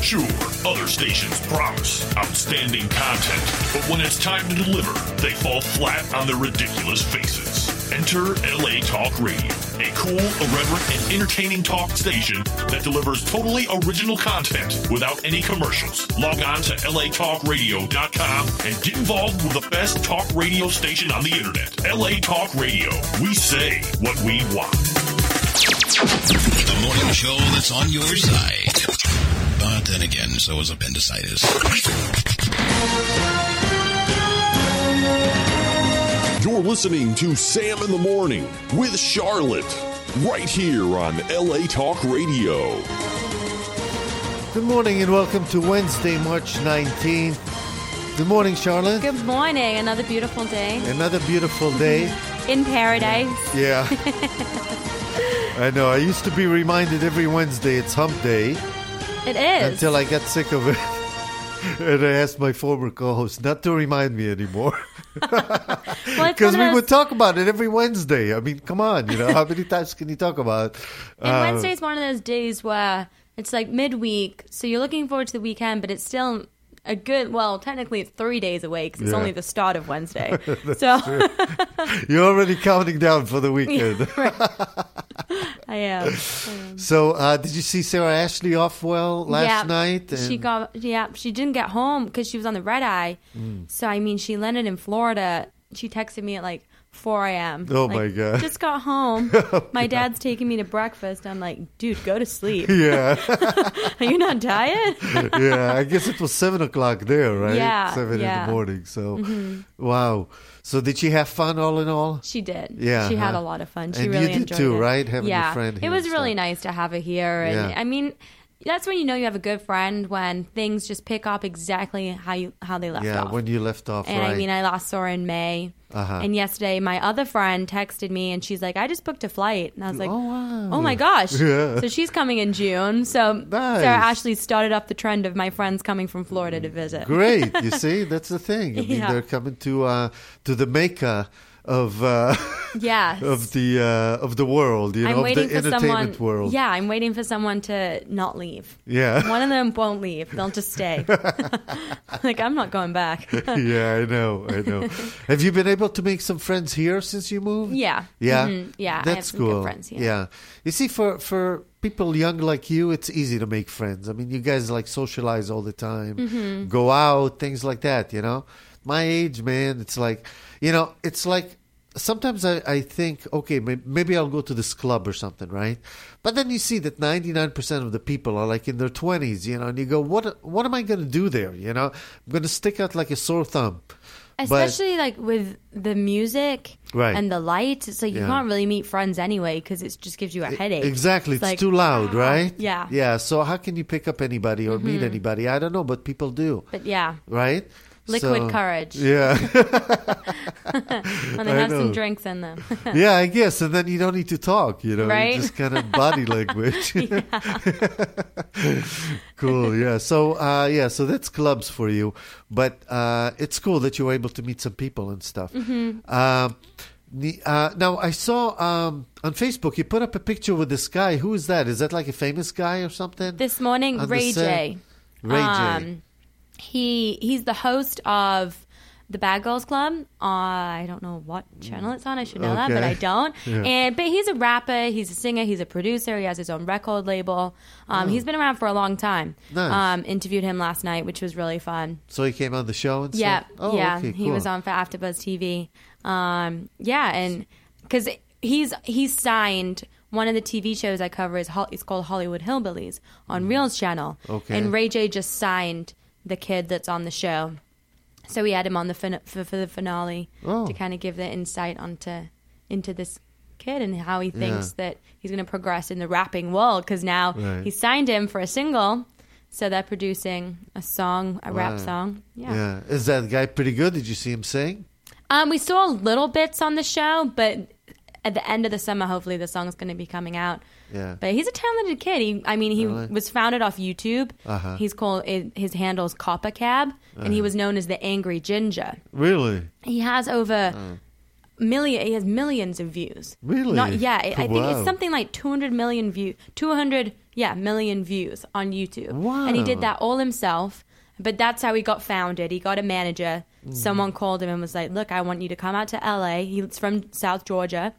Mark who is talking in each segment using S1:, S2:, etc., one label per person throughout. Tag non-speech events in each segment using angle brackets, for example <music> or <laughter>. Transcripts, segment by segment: S1: Sure, other stations promise outstanding content, but when it's time to deliver, they fall flat on their ridiculous faces. Enter LA Talk Radio, a cool, irreverent, and entertaining talk station that delivers totally original content without any commercials. Log on to latalkradio.com and get involved with the best talk radio station on the internet. LA Talk Radio. We say what we want.
S2: The morning show that's on your side. But then again, so is appendicitis.
S3: You're listening to Sam in the Morning with Charlotte, right here on LA Talk Radio.
S4: Good morning and welcome to Wednesday, March 19th. Good morning, Charlotte.
S5: Good morning. Another beautiful day
S4: Another beautiful day.
S5: in paradise. <laughs>
S4: Yeah. I know. I used to be reminded every Wednesday it's hump day
S5: It is.
S4: until I got sick of it. <laughs> and I asked my former co host not to remind me anymore. <laughs>
S5: well, it's
S4: Because
S5: one of
S4: we
S5: those-
S4: would talk about it every Wednesday. I mean, come on. You know, how many times can you talk about it?
S5: and
S4: Uh,
S5: Wednesday's one of those days where it's like midweek, so you're looking forward to the weekend, but it's still a good. Well, technically, it's three days away because it's
S4: Yeah.
S5: only the start
S4: <laughs>
S5: of Wednesday. so <laughs>
S4: You're already counting down for the weekend.
S5: <laughs> I am.
S4: So, uh, did you see Sarah Ashley off well last
S5: yeah,
S4: night?
S5: she
S4: And-
S5: got yeah. She didn't get home because she was on the red eye.
S4: Mm.
S5: So I mean, she landed in Florida. She texted me at like 4 a.m.
S4: Oh,
S5: like,
S4: my God. Oh
S5: Just got
S4: <laughs>
S5: home. my dad's taking me to breakfast. I'm like, dude, go
S4: <laughs>
S5: to sleep.
S4: yeah.
S5: Are you
S4: <laughs>
S5: not tired?
S4: yeah, I guess it was seven o'clock there, right?
S5: Yeah,
S4: seven in
S5: yeah. Mm-hmm.
S4: the morning. So, wow. So, did she have fun all in all?
S5: She did.
S4: Yeah,
S5: she had
S4: huh?
S5: a lot of fun. She
S4: And you
S5: really
S4: did
S5: enjoyed
S4: too,
S5: it.
S4: right? Having your
S5: yeah,
S4: friend
S5: it
S4: here,
S5: was
S4: so.
S5: really nice to have her here, and
S4: Yeah.
S5: I mean, that's when you know you have a good friend when things just pick up exactly how you how they left
S4: yeah,
S5: off.
S4: when you left off,
S5: and
S4: right?
S5: I mean, I last saw her in May,
S4: Uh-huh.
S5: and yesterday my other friend texted me, and she's like, "I just booked a flight," and I was like,
S4: Oh, wow.
S5: oh my gosh!"
S4: <laughs> Yeah.
S5: So she's coming in June. So
S4: Nice.
S5: Sarah Ashley started off the trend of my friends coming from Florida to visit.
S4: Great. You
S5: <laughs>
S4: see, that's the thing. I mean,
S5: Yeah.
S4: they're coming to uh, to the Mecca of uh, <laughs>
S5: Yes.
S4: of the uh, of the world. You know,
S5: I'm
S4: of
S5: waiting
S4: the
S5: for
S4: entertainment
S5: someone.
S4: world.
S5: Yeah, I'm waiting for someone to not leave.
S4: Yeah. <laughs>
S5: <laughs> One of them won't leave. They'll just stay. <laughs> like I'm not going
S4: <laughs>
S5: back.
S4: yeah, I know, I
S5: <laughs>
S4: know. Have you been able to make some friends here since you moved?
S5: Yeah.
S4: yeah,
S5: Mhm. Yeah, I have
S4: That's
S5: some
S4: cool.
S5: good friends here.
S4: Yeah, you see, for for people young like you, it's easy to make friends. I mean, you guys like socialize all the time,
S5: Mm-hmm.
S4: go out, things like that. You know, my age, man, it's like, you know, it's like. Sometimes I, I think, okay, may- maybe I'll go to this club or something, right? But then you see that 99% of the people are like in their 20s, you know, and you go, what what am I going to do there? You know, I'm going to stick out like a sore thumb. But-
S5: Especially like with the music
S4: Right.
S5: and the lights, it's like you
S4: Yeah. E-,
S5: can't really meet friends anyway because it just gives you a headache.
S4: Exactly. It's,
S5: It's like, "Ah,
S4: too loud, right?
S5: Yeah. Mm-hmm.
S4: Yeah. So how can you pick up anybody or meet anybody? I don't know, but people do,
S5: <laughs> But yeah,
S4: right?
S5: liquid
S4: So-
S5: courage, <laughs>
S4: Yeah.
S5: and they
S4: I
S5: have
S4: know.
S5: some drinks in
S4: <laughs>
S5: them.
S4: yeah, I guess. And then you don't need to talk, you know, you
S5: Right?
S4: just kind of body
S5: <laughs>
S4: language. <laughs> cool. Yeah. So, uh, yeah, so that's clubs for you. But uh, it's cool that you were able to meet some people and stuff.
S5: Mm-hmm.
S4: Um, the- uh, now, I saw um, on Facebook you put up a picture with this guy. Who is that? Is that like a famous guy or something?
S5: this morning,
S4: On the
S5: Ray
S4: set.
S5: J.
S4: Ray J.
S5: Um, he he's the host of the Bad Girls Club. Uh, I don't know what channel it's on. I should know that, but
S4: Okay.
S5: I don't.
S4: <laughs> Yeah.
S5: And but he's a rapper. He's a singer. He's a producer. He has his own record label. Um, He's been around for a long time.
S4: Oh. Nice.
S5: Um, interviewed him last night, which was really fun.
S4: So he came on the show and
S5: Yeah,
S4: stuff? Oh,
S5: yeah.
S4: okay,
S5: He was
S4: cool.
S5: on for AfterBuzz TV. Um, yeah, and because he's he's signed one of the TV shows I cover is Hol- it's called Hollywood Hillbillies on Reels Channel.
S4: Mm. Okay.
S5: and Ray J just signed the kid that's on the show, so we had him on the fin- for, for the finale
S4: Oh.
S5: to kind of give the insight onto into this kid and how he thinks that he's going to progress in the rapping world because now
S4: Right.
S5: he signed him for a single. So they're producing a song, a rap
S4: Right.
S5: song.
S4: Yeah. Is that guy pretty good? Did you see him sing?
S5: Um, we saw little bits on the show, but at the end of the summer, hopefully the song's going to be coming out.
S4: Yeah.
S5: But he's a talented kid. He, I mean, he
S4: Really?
S5: was founded off YouTube.
S4: Uh-huh.
S5: He's called his handle's Copper Cab, and he was known as the Angry Ginger.
S4: Really?
S5: He has over million. He has millions of views.
S4: Mm. Really?
S5: Not yeah. I I think
S4: Wow.
S5: it's something like two hundred million view. Two hundred. yeah, million views on YouTube.
S4: Wow.
S5: And he did that all himself. But that's how he got founded. He got a manager.
S4: Mm.
S5: Someone called him and was like, "Look, I want you to come out to LA." He's from South Georgia.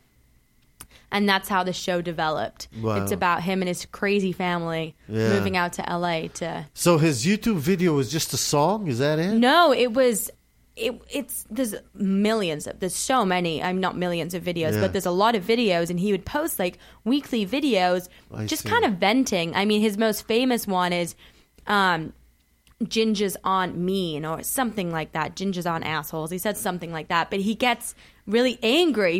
S5: And that's how the show developed.
S4: Wow.
S5: It's about him and his crazy family
S4: Yeah.
S5: moving out to LA to
S4: So his YouTube video was just a song. Is that it?
S5: no, it was. It, it's there's millions of there's so many I'm not millions of videos
S4: Yeah.
S5: but there's a lot of videos and he would post like weekly videos
S4: I
S5: just
S4: see.
S5: kind of venting I mean his most famous one is um Ginger's aunt mean or something like that Ginger's aunt assholes he said something like that but he gets really angry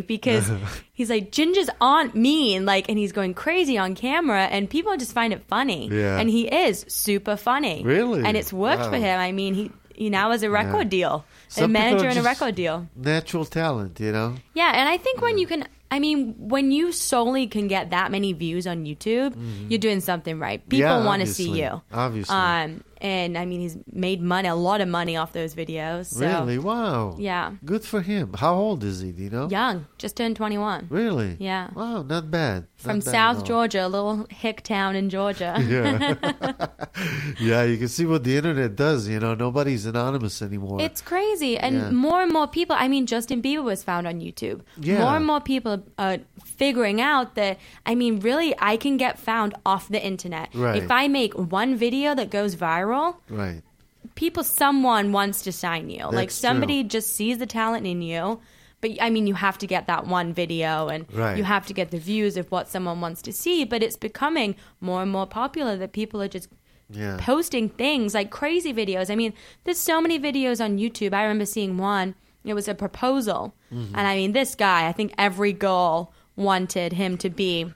S4: <laughs>
S5: because he's like Ginger's aunt mean like and he's going crazy on camera and people just find it funny
S4: Yeah.
S5: and he is super funny
S4: Really?
S5: and it's worked for
S4: Wow.
S5: him. I mean, he he now has a record deal, a
S4: Some people
S5: manager
S4: are
S5: and a
S4: just-
S5: record deal.
S4: Natural talent, you know.
S5: Yeah, and I think when you can, I mean, when you solely can get that many views on YouTube, you're doing something right. People
S4: Mm-hmm. Yeah,
S5: want to see
S4: obviously.
S5: you,
S4: Obviously.
S5: Um, and I mean, he's made money, a lot of money off those videos. So.
S4: really? Wow.
S5: Yeah.
S4: Good for him. How old is he? Do you know?
S5: Young, just turned 21.
S4: Really?
S5: Yeah.
S4: Wow, not bad.
S5: From
S4: Not bad at
S5: South
S4: all.
S5: Georgia, a little hick town in Georgia.
S4: <laughs> Yeah. yeah, you can see what the internet does. You know, nobody's anonymous anymore.
S5: It's crazy, and
S4: Yeah.
S5: more and more people. I mean, Justin Bieber was found on YouTube.
S4: Yeah.
S5: More and more people are figuring out that. I mean, really, I can get found off the internet
S4: Right.
S5: if I make one video that goes viral.
S4: right. <laughs>
S5: People, someone wants to sign you. like
S4: That's
S5: somebody just sees the talent in you. But I mean, you have to get that one video, and
S4: Right.
S5: you have to get the views of what someone wants to see. But it's becoming more and more popular that people are just
S4: Yeah.
S5: posting things like crazy videos. I mean, there's so many videos on YouTube. I remember seeing one. It was a proposal,
S4: Mm-hmm.
S5: and I mean, this guy. I think every girl wanted him to be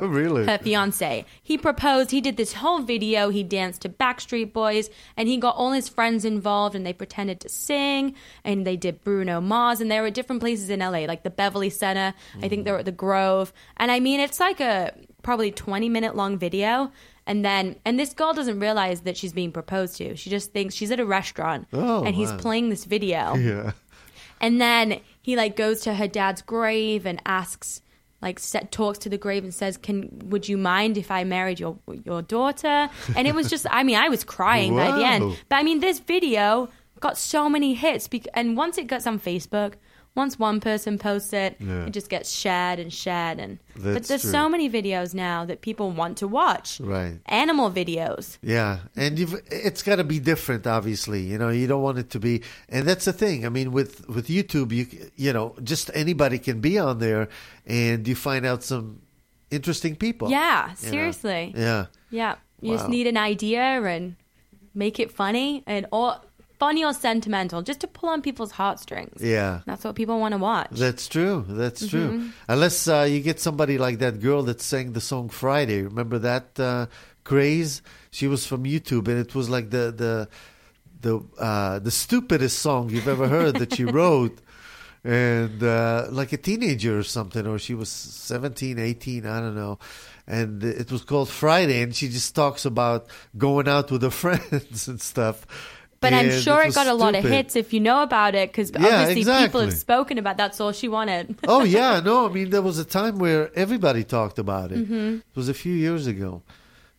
S4: really?
S5: her fiance. He proposed. He did this whole video. He danced to Backstreet Boys, and he got all his friends involved, and they pretended to sing, and they did Bruno Mars, and they were at different places in LA, like the Beverly Center. I think they were at the Grove, and I mean, it's like a probably twenty minute long video. And then, and this girl doesn't realize that she's being proposed to. She just thinks she's at a restaurant,
S4: Oh,
S5: and he's
S4: wow.
S5: playing this video.
S4: Yeah.
S5: And then he like goes to her dad's grave and asks, like, set, talks to the grave and says, "Can would you mind if I married your your daughter?" And it was just, I mean, I was crying by the
S4: Wow.
S5: end. But I mean, this video got so many hits, bec- and once it gets on Facebook. Once one person posts it,
S4: Yeah.
S5: it just gets shared and shared, and but
S4: That's
S5: there's
S4: true.
S5: so many videos now that people want to watch.
S4: Right.
S5: Animal videos.
S4: Yeah, and you've, it's got to be different, obviously. You know, you don't want it to be, and that's the thing. I mean, with with YouTube, you c- you know, just anybody can be on there, and you find out some interesting people.
S5: Yeah,
S4: you know.
S5: seriously.
S4: Yeah,
S5: Yeah, you
S4: Wow.
S5: just need an idea and make it funny and or funny or sentimental, just to pull on people's heartstrings.
S4: yeah.
S5: That's what people want to watch.
S4: That's true. That's
S5: Mm-hmm.
S4: true. Unless uh, you get somebody like that girl that sang the song Friday. Remember that uh, craze? She was from YouTube, and it was like the the the uh, the stupidest song you've ever heard that she
S5: <laughs>
S4: wrote. And uh, like a teenager or something, or she was 17, 18, I don't know. And it was called Friday, and she just talks about going out with her <laughs> friends and stuff.
S5: but I'm
S4: And
S5: sure it,
S4: was
S5: got a lot of
S4: stupid.
S5: hits if you know about it, because
S4: Yeah,
S5: obviously people
S4: exactly.
S5: have spoken about that's all she wanted.
S4: oh yeah, no, I mean there was a time where everybody talked about it. It was a few years ago.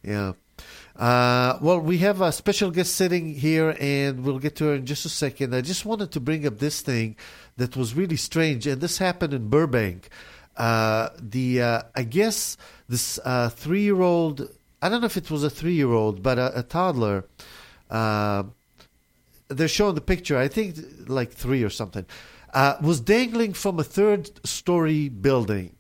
S4: Yeah. Uh, well, we have a special guest sitting here, and we'll get to her in just a second. I just wanted to bring up this thing that was really strange, and this happened in Burbank. Uh, the uh, I guess this uh, three-year-old. I don't know if it was a three-year-old, but a, a toddler. Uh, they're showing the picture. I think like three or something uh, was dangling from a third-story building.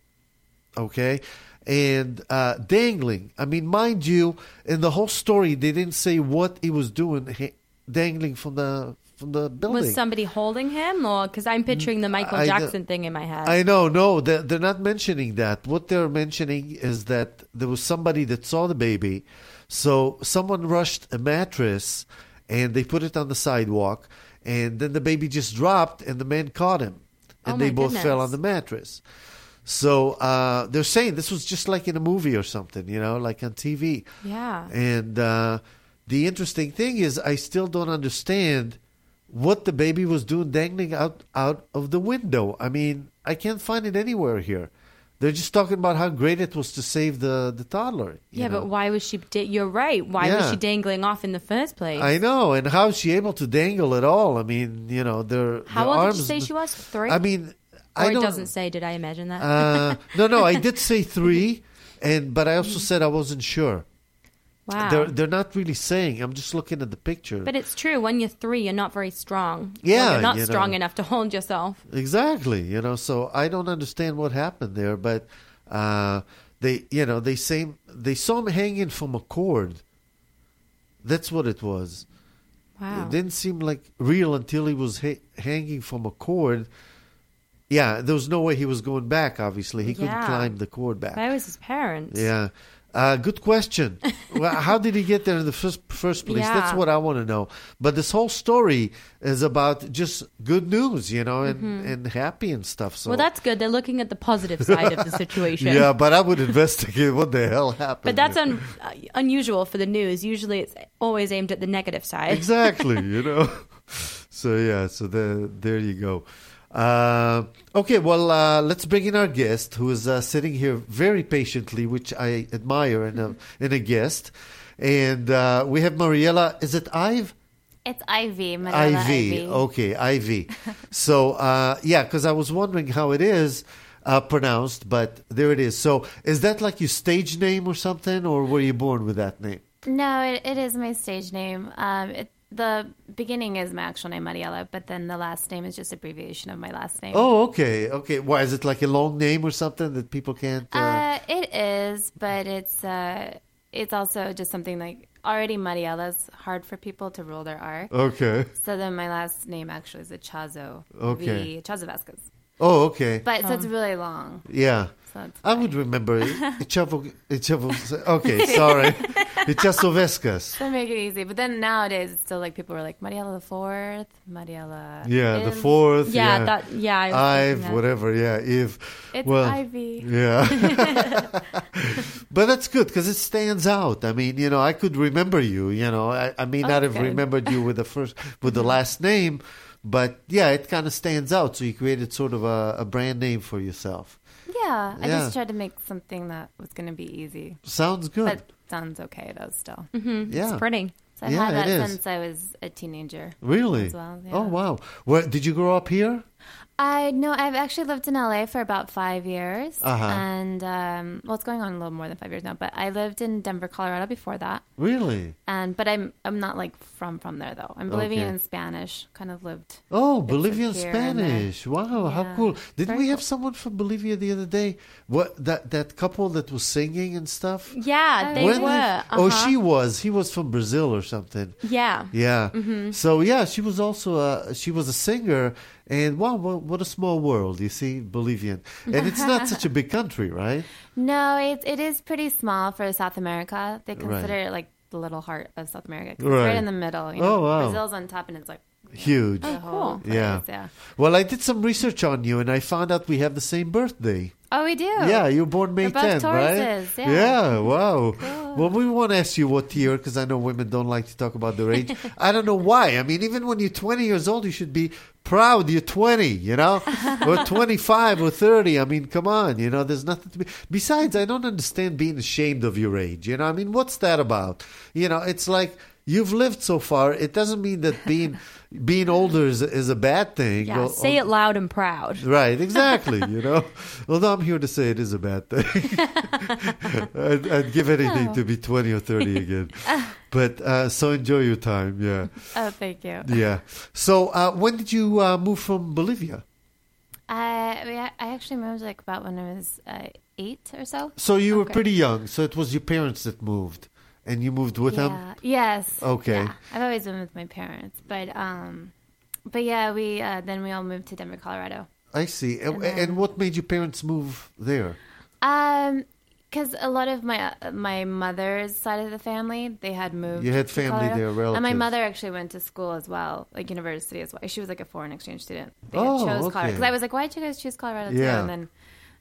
S4: Okay, and uh, dangling. I mean, mind you, in the whole story, they didn't say what he was doing, he, dangling from the from the building.
S5: Was somebody holding him, or because I'm picturing the Michael
S4: I don't-
S5: Jackson thing in my head?
S4: I know, no, they're, they're not mentioning that. What they're mentioning is that there was somebody that saw the baby, so someone rushed a mattress and they put it on the sidewalk, and then the baby just dropped, and the man caught him, and
S5: Oh,
S4: they
S5: my
S4: both fell
S5: goodness.
S4: on the mattress. So uh, they're saying this was just like in a movie or something, you know, like on TV.
S5: Yeah.
S4: And uh, the interesting thing is, I still don't understand what the baby was doing dangling out out of the window. I mean, I can't find it anywhere here. They're just talking about how great it was to save the the toddler. you
S5: Yeah,
S4: know?
S5: but why was she? Da- you're right. Why was
S4: Yeah.
S5: she dangling off in the first place?
S4: I know, and how is she able to dangle at all? I mean, you know, their
S5: How
S4: their
S5: old did you
S4: arms,
S5: say she was? Three?
S4: I mean,
S5: or
S4: I
S5: it
S4: don't.
S5: doesn't say. Did I imagine that?
S4: uh, no, no, I did
S5: <laughs>
S4: say three, and but I also said I wasn't sure.
S5: wow.
S4: They're they're not really saying. I'm just looking at the picture.
S5: but it's true. When you're three, you're not very strong. Or
S4: Yeah,
S5: you're not
S4: you
S5: strong
S4: know.
S5: enough to hold yourself.
S4: Exactly, you know. So I don't understand what happened there, but uh, they, you know, they say they saw him hanging from a cord. That's what it was.
S5: Wow.
S4: It didn't seem like real until he was ha- hanging from a cord. Yeah, there was no way he was going back. Obviously, he couldn't
S5: Yeah.
S4: climb the cord back.
S5: Where was his parents?
S4: Yeah. Uh, good question.
S5: <laughs>
S4: well, how did he get there in the first first place? That's
S5: Yeah.
S4: what I want to know. But this whole story is about just good news, you know, and, and happy and stuff. So
S5: Mm-hmm. Well, that's good. They're looking at the positive side
S4: <laughs>
S5: of the situation.
S4: yeah. But I would <laughs> investigate what the hell happened.
S5: But that's un- uh, unusual for the news. Usually, it's always aimed at the negative side. <laughs>
S4: exactly, you know. <laughs> So yeah, so the, there you go. Uh, okay, well, uh, let's bring in our guest who is uh, sitting here very patiently, which I admire in a
S5: Mm-hmm.
S4: in a guest. And uh, we have Mariella. Is it Ive?
S6: It's Ivy, Manila
S4: IV.
S6: Ivy.
S4: Okay, IV. so, uh, yeah, because I was wondering how it is uh, pronounced, but there it is. So, is that like your stage name or something, or were you born with that name?
S6: No, it, it is my stage name. Um, it, the beginning is my actual name, Mariela, but then the last name is just abbreviation of my last name. Uh,
S4: Oh, okay, okay. Why is it like a long name or something that people can't? Uh...
S6: Uh, it is, but it's uh, it's also just something like already Mariela's hard for people to roll their R.
S4: Oh. okay.
S6: So then my last name actually is a Chazo.
S4: Okay.
S6: V, Chazo Vasquez.
S4: Oh, okay.
S6: But so it's really long.
S4: yeah.
S6: So it's
S4: I would remember it. Ichavo, Ichavo, okay, sorry. Ichasovescas.
S6: to make it easy. But then nowadays, it's still like people are like Mariela the fourth, Mariela.
S4: Yeah, the
S6: is-
S4: fourth.
S5: Yeah,
S4: yeah.
S5: that. Yeah, I was thinking
S4: Ive,
S5: that.
S4: whatever, yeah, Eve.
S6: It's Ivy.
S4: Yeah.
S6: <laughs>
S4: <laughs> but that's good because it stands out. I mean, you know, I could remember you. You know, I, I may not have
S6: Oh, that's good. Mm-hmm.
S4: remembered you with the
S6: <laughs>
S4: first, with the last name, but yeah, it kind of stands out. So you created sort of a, a brand name for yourself.
S6: Yeah, I
S4: Yeah.
S6: just tried to make something that was going to be easy,
S4: Sounds good.
S6: but mm, sounds okay though. Still,
S4: yeah.
S5: It's pretty.
S6: so I've
S4: Yeah,
S6: had that
S4: it is.
S6: since I was a teenager.
S4: Really?
S6: As well, yeah.
S4: Oh wow! Where did you grow up here?
S6: I no, I've actually lived in LA for about five years,
S4: Uh-huh.
S6: and um, well, it's going on a little more than five years now. But I lived in Denver, Colorado before that,
S4: Really?
S6: and but I'm I'm not like from from there though. I'm Bolivian
S4: Okay.
S6: and Spanish, kind of lived.
S4: Oh,
S6: bits of
S4: Bolivian
S6: here and there.
S4: Spanish! Wow, how
S6: uh, Yeah.
S4: cool! Didn't
S6: Very
S4: we have
S6: cool.
S4: someone from Bolivia the other day? What that that couple that was singing and stuff?
S5: Yeah, they
S4: When
S5: were.
S4: did-
S5: uh-huh.
S4: Oh, she was. He was from Brazil or something.
S5: Yeah.
S4: Yeah.
S6: Mm-hmm.
S4: So yeah, she was also a she was a singer, and wow, what, what a small world! You see, Bolivian, and it's not such a
S6: <laughs>
S4: big country, right?
S6: No, it it is pretty small for South America. They consider
S4: Right.
S6: it like the little heart of South America. 'cause It's
S4: Right.
S6: right in the middle. You
S4: Oh,
S6: know?
S4: wow.
S6: Brazil's on top, and it's like
S4: Huge.
S6: the
S5: cool.
S6: whole place,
S4: Yeah.
S6: yeah.
S4: Well, I did some research on you, and I found out we have the same birthday.
S6: Oh, we do.
S4: Yeah, you were born May
S6: We're both
S4: 10, right?
S6: Tauruses, yeah.
S4: wow. Well, we want to ask you what year because I know women don't like to talk about their age. I don't know why. I mean, even when you're 20 years old, you should be proud you're 20, you know, or 25 or 30. I mean, come on, you know, there's nothing to be. Besides, I don't understand being ashamed of your age. You know, I mean, what's that about? You know, it's like you've lived so far. It doesn't mean that being being older is, is a bad thing.
S5: Yeah.
S4: Or-
S5: Say it loud and proud.
S4: Right, exactly. You
S6: <laughs>
S4: know, although I'm here to say it is a bad thing. I'd, I'd give anything to be 20 or
S6: <laughs>
S4: 30 again. but uh, so enjoy your time. Yeah,
S6: Oh, thank you.
S4: yeah. So uh, when did you uh, move from Bolivia?
S6: Uh, I we- I actually moved like about when I was uh, eight or so.
S4: So you were
S6: Okay.
S4: pretty young. So it was your parents that moved, and you moved with
S6: Yeah.
S4: them.
S6: Yes.
S4: Okay.
S6: Yeah. I've always been with my parents, but um, but yeah, we uh, then we all moved to Denver, Colorado.
S4: I see. And, and what made your parents move there?
S6: Um, because a lot of my my mother's side of the family, they had moved.
S4: You had
S6: to
S4: family
S6: Colorado.
S4: there,
S6: and my
S4: relatives.
S6: mother actually went to school as well, like university as well. She was like a foreign exchange student. They
S4: Oh,
S6: chose
S4: okay.
S6: Colorado because I was like, why did you guys choose Colorado?
S4: Yeah.
S6: too? and then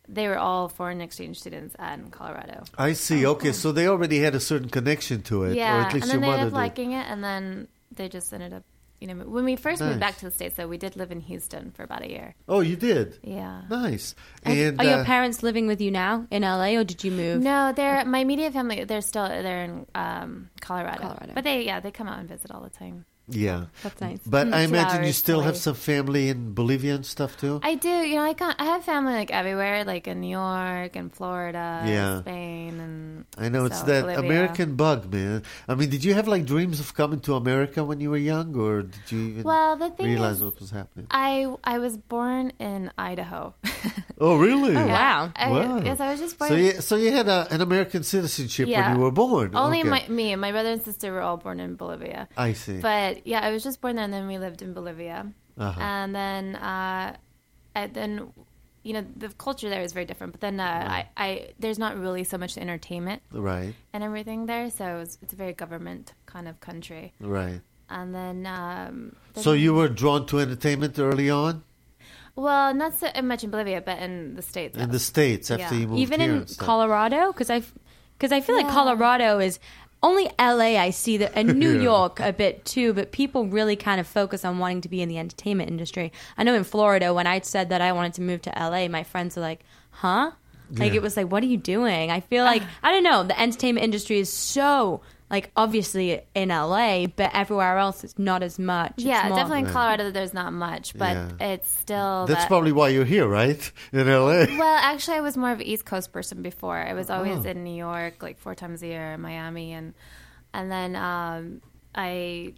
S6: they were all foreign exchange students in Colorado.
S4: I see. Okay, so they already had a certain connection to it,
S6: Oh, yeah,
S4: or at least
S6: and then
S4: your
S6: they ended
S4: mother
S6: up
S4: did.
S6: liking it, and then they just ended up you know, when we first moved
S4: Nice.
S6: back to the states, though, we did live in Houston for about a year.
S4: Oh, you did.
S6: Yeah. oh,
S4: Nice. And
S5: Are your
S4: uh,
S5: parents living with you now in LA or did you move?
S6: No, they're my media family. They're still they're in um, Colorado.
S5: Colorado.
S6: but they yeah they come out and visit all the time.
S4: yeah.
S5: That's nice.
S4: But I
S6: two
S4: imagine you
S6: hours
S4: still have
S6: away.
S4: some family in Bolivia and stuff too.
S6: I do, you know, I got I have family like everywhere, like in New York and Florida,
S4: Yeah.
S6: Spain, and
S4: I know it's
S6: so,
S4: that
S6: Bolivia.
S4: American bug, man. I mean, did you have like dreams of coming to America when you were young, or did you even
S6: Well, the thing
S4: realize
S6: is-
S4: what was happening?
S6: I I was born in Idaho. <laughs>
S4: Oh, really?
S5: Wow.
S6: I,
S4: Wow.
S6: Yes, I was just born.
S4: So you, so you had a, an American citizenship
S6: Yeah.
S4: when you were born.
S6: Only
S4: Okay.
S6: my me and my brother and sister were all born in Bolivia.
S4: I see.
S6: But yeah, I was just born there, and then we lived in Bolivia,
S4: Uh-huh.
S6: and then uh, and then you know the culture there is very different. But then uh, I, I there's not really so much entertainment
S4: right,
S6: and everything there, so it's, it's a very government kind of country.
S4: right.
S6: And then um, then-
S4: So you were drawn to entertainment early on
S6: well, not so much in Bolivia, but in the states.
S4: in the states after
S6: Yeah.
S4: you moved
S5: Even
S4: here
S5: in
S4: and stuff.
S5: Colorado? Because I, because I feel like
S6: Yeah.
S5: Colorado is only LA I see that, and
S4: <laughs>
S5: New
S4: Yeah.
S5: York a bit too, but people really kind of focus on wanting to be in the entertainment industry. I know in Florida, when I said that I wanted to move to LA, my friends were like, huh? Like
S4: Yeah.
S5: it was like, what are you doing? I feel
S6: <sighs>
S5: like, I don't know, the entertainment industry is so. Like obviously in LA, but everywhere else it's not as much. It's
S6: yeah,
S5: more-
S6: definitely in Colorado, there's not much, but
S4: Yeah.
S6: it's still
S4: That's
S6: that-
S4: probably why you're here, right? In LA.
S6: Well, actually, <laughs> I was more of an East Coast person before. I was
S4: Oh.
S6: always in New York, like four times a year, in Miami, and and then um, I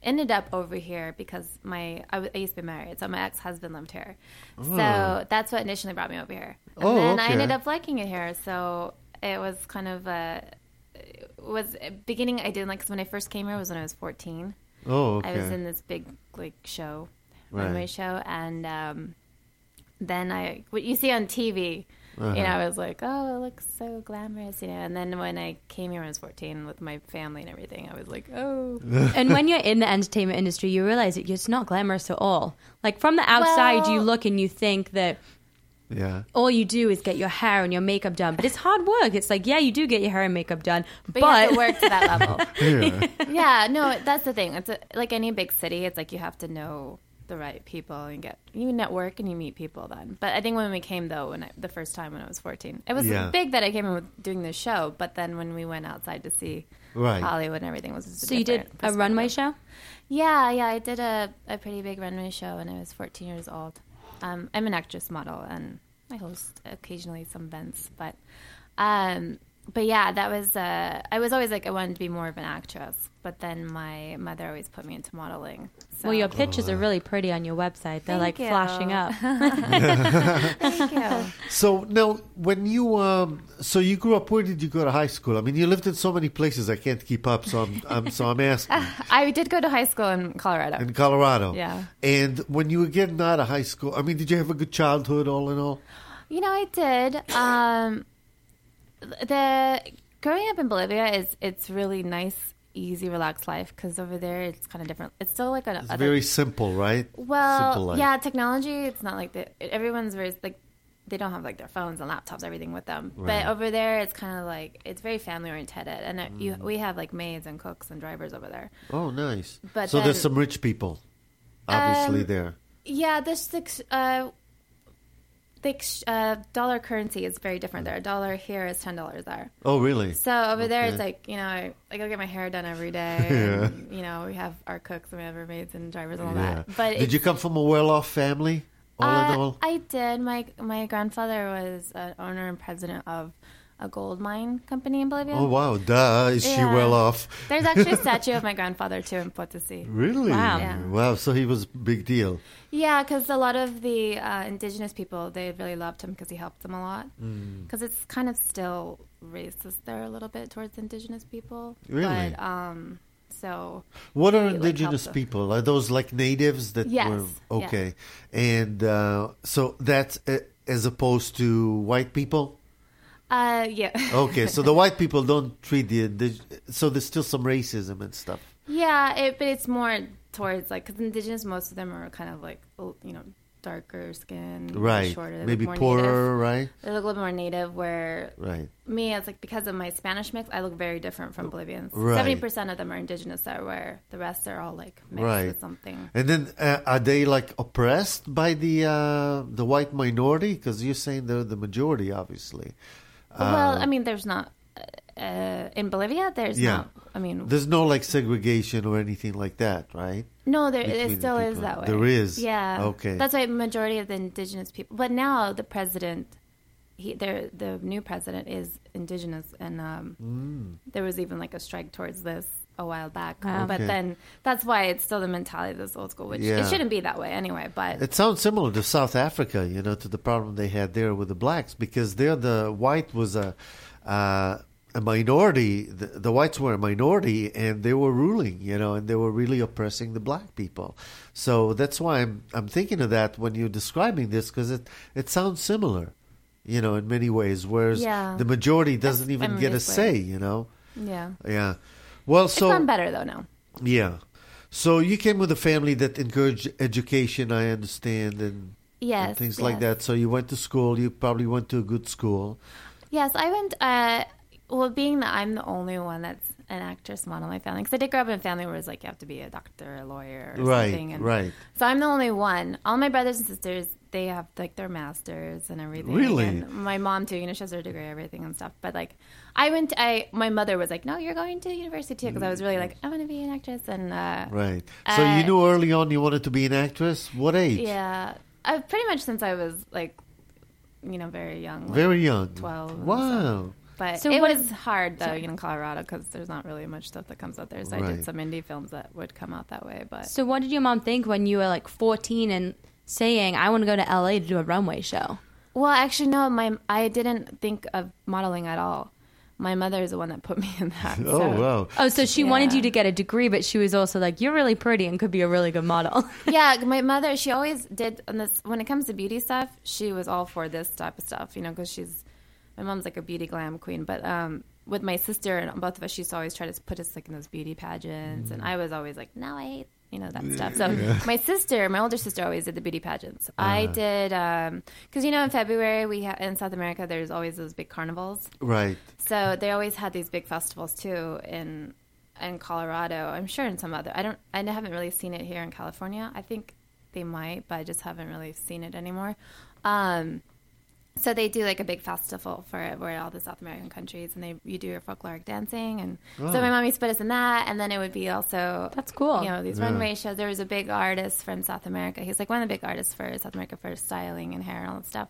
S6: ended up over here because my I, w- I used to be married, so my ex husband lived here, so that's what initially brought me over here. And
S4: Oh,
S6: then I
S4: okay.
S6: ended up liking it here, so it was kind of a it was beginning. I didn't like 'cause when I first came here was when I was fourteen.
S4: Oh, okay.
S6: I was in this big like show,
S4: Right.
S6: runway show, and um, then I what you see on TV,
S4: Uh-huh.
S6: you know, I was like, oh, it looks so glamorous, you know. And then when I came here, when I was fourteen with my family and everything. I was like, oh, <laughs>
S5: and when you're in the entertainment industry, you realize that it's not glamorous at all. Like from the outside, you
S6: Well-
S5: look and you think that
S4: yeah. <laughs>
S5: all you do is get your hair and your makeup done, but it's hard work. It's like yeah, you do get your hair and makeup done, but,
S6: but, you have to work to that
S4: <laughs>
S6: level. <laughs> yeah, no, that's the thing. It's a, like any big city. It's like you have to know the right people and get you network and you meet people then. But I think when we came though, when I, the first time when I was fourteen, it was
S4: Yeah.
S6: big that I came in with doing this show. But then when we went outside to see
S4: Right.
S6: Hollywood and everything was just a
S5: <laughs> so you did
S6: different
S5: a
S6: perspective.
S5: runway show.
S6: Yeah, yeah, I did a, a pretty big runway show when I was fourteen years old. Um, I'm an actress model and I host occasionally some events, but um, but yeah, that was uh, I was always like I wanted to be more of an actress, but then my mother always put me into modeling. So.
S5: Well, your pictures are really pretty on your website. They're
S6: Oh, uh,
S5: like
S6: Thank you.
S5: flashing up.
S6: <laughs> <laughs> Thank you.
S4: So now, when you um, so you grew up, where did you go to high school? I mean, you lived in so many places, I can't keep up. So I'm, I'm so I'm
S6: <laughs>
S4: asking
S6: I did go to high school in Colorado.
S4: in Colorado.
S6: Yeah.
S4: And when you were getting out of high school, I mean, did you have a good childhood, all in all?
S6: You know, I did. Um, the growing up in Bolivia is it's really nice, easy, relaxed life because over there it's kind of different. It's still like an
S4: It's
S6: other,
S4: very simple, right? simple
S6: well,
S4: life.
S6: yeah, technology. It's not like the, everyone's very like they don't have like their phones and laptops, everything with them.
S4: Right.
S6: But over there, it's kind of like it's very family oriented, and it, you,
S4: Mm.
S6: we have like maids and cooks and drivers over there.
S4: Oh, nice.
S6: But
S4: so there's
S6: then-
S4: some rich people, obviously
S6: Um,
S4: there.
S6: Yeah, this the ex- uh, the ex- uh, dollar currency is very different there. A dollar here is ten dollars there.
S4: Oh, really?
S6: So over there, it's
S4: Okay.
S6: like you know, I, I go get my hair done
S4: <laughs>
S6: every day. and, you know, we have our cooks and we have our maids and drivers and all that. But
S4: did you come from a well-off family? All in all,
S6: Uh, I did. My my grandfather was an owner and president of a gold mine company in Bolivia.
S4: oh wow, duh, is she
S6: Yeah.
S4: well off?
S6: There's actually
S4: <laughs>
S6: a statue of my grandfather too in Potosi.
S4: Really?
S5: Wow.
S6: Yeah.
S4: Wow, So he was a big deal.
S6: Yeah, because a lot of the uh, indigenous people they really loved him because he helped them a lot.
S4: Mm.
S6: Because it's kind of still racist there a little bit towards indigenous people.
S4: Really?
S6: But, um, so
S4: What are
S6: like,
S4: indigenous
S6: help them.
S4: people? Are those like natives that
S6: Yes,
S4: were
S6: yeah.
S4: okay? And uh, so that's uh, as opposed to white people.
S6: uh, yeah, <laughs>
S4: Okay, so the white people don't treat the indig- so there's still some racism and stuff.
S6: yeah. It, but it's more towards like because indigenous, most of them are kind of like l- you know darker skin,
S4: right?
S6: shorter, they
S4: Maybe
S6: look more
S4: poorer,
S6: native.
S4: right?
S6: They look a little more native. Where
S4: Right.
S6: me, it's like because of my Spanish mix, I look very different from Bolivians.
S4: Right.
S6: Seventy percent of them are indigenous, there, where the rest are all like mixed
S4: Right.
S6: with something.
S4: And then uh, are they like oppressed by the uh, the white minority? Because you're saying they're the majority, obviously.
S6: well, I mean, there's not uh, in Bolivia. There's
S4: Yeah.
S6: not. I mean,
S4: There's no like segregation or anything like that, right?
S6: No, there
S4: between the
S6: it still is
S4: people.
S6: that way.
S4: There is?
S6: Yeah.
S4: Okay.
S6: That's why majority of the indigenous people. But now the president, he there the new president is indigenous, and um, there was even like a strike towards this a while back.
S5: Wow.
S6: But
S4: Mm. Okay.
S6: then that's why it's still the mentality of this old school, which
S4: Yeah.
S6: it shouldn't be that way anyway. But
S4: It sounds similar to South Africa, you know, to the problem they had there with the blacks, because there the white was a uh, a minority. The, the whites were a minority, and they were ruling, you know, and they were really oppressing the black people. So that's why I'm I'm thinking of that when you're describing this, because it it sounds similar, you know, in many ways. Whereas
S6: Yeah.
S4: the majority doesn't
S6: That's-
S4: even
S6: I'm
S4: get a
S6: this way.
S4: say, you know.
S6: yeah,
S4: Yeah. Well,
S6: it's
S4: so
S6: gone better though now.
S4: yeah. So you came with a family that encouraged education, I understand, and
S6: Yes,
S4: and things like
S6: yes.
S4: that. So you went to school. You probably went to a good school.
S6: Yes, I went. Uh, well, being that I'm the only one that's an actress model in my family, because I did grow up in a family where it's like you have to be a doctor, a lawyer, or
S4: Right,
S6: something. And
S4: right.
S6: So I'm the only one. All my brothers and sisters, they have like their masters and everything.
S4: Really?
S6: And my mom too. You know, she has her degree, everything and stuff. But like, I went. I my mother was like, "No, you're going to university too," because I was really like, "I want to be an actress." And uh,
S4: Mm-hmm. Right. So
S6: Uh,
S4: you knew early on you wanted to be an actress. What age?
S6: yeah, I pretty much since I was like, you know, very young. like,
S4: Very young.
S6: 12 and
S4: Wow.
S6: But
S5: So
S6: it
S5: what-
S6: was hard though in Colorado because there's not really much stuff that comes out there. So I
S4: Right.
S6: did some indie films that would come out that way. But
S5: So, what did your mom think when you were like 14 and saying, I want to go to LA to do a runway show?
S6: well, actually, no, my I didn't think of modeling at all. My mother is the one that put me in that.
S4: <laughs> Oh
S6: so-
S4: wow.
S5: Oh, so she wanted
S6: Yeah.
S5: you to get a degree, but she was also like, You're really pretty and could be a really good model. <laughs>
S6: yeah, my mother, she always did on this. When it comes to beauty stuff, she was all for this type of stuff, you know, because she's my mom's like a beauty glam queen. But um, with my sister and both of us, she used to always try to put us like in those beauty pageants, and I was always like, no, I hate you know that stuff. So my sister, my older sister, always did the beauty pageants. I did because you know in February we ha- in South America there's always those big carnivals.
S4: Right.
S6: So they always had these big festivals too in in Colorado. I'm sure in some other. I don't. I haven't really seen it here in California. I think they might, but I just haven't really seen it anymore. Um, so they do like a big festival for it, where all the South American countries, and they you do your folkloric dancing, and so my mom used to put us in that, and then it would be also
S5: That's cool.
S6: You know these runway shows. There was a big artist from South America. He was like one of the big artists for South America for styling and hair and all that stuff.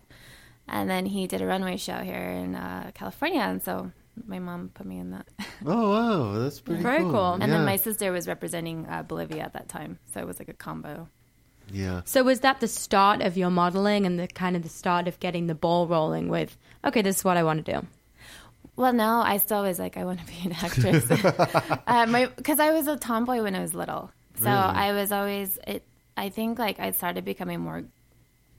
S6: And then he did a runway show here in uh, California, and so my mom put me in that.
S4: Oh wow. That's pretty
S5: Very
S4: cool.
S5: cool.
S6: and
S4: Yeah.
S6: then my sister was representing uh, Bolivia at that time, so it was like a combo.
S4: yeah.
S5: so, was that the start of your modeling and the kind of the start of getting the ball rolling with, okay, this is what I want to do?
S6: Well, no, I still was like, I want to be an
S4: <laughs>
S6: actress. <laughs> uh, my because I was a tomboy when I was little, so I was always. It, I think like I started becoming more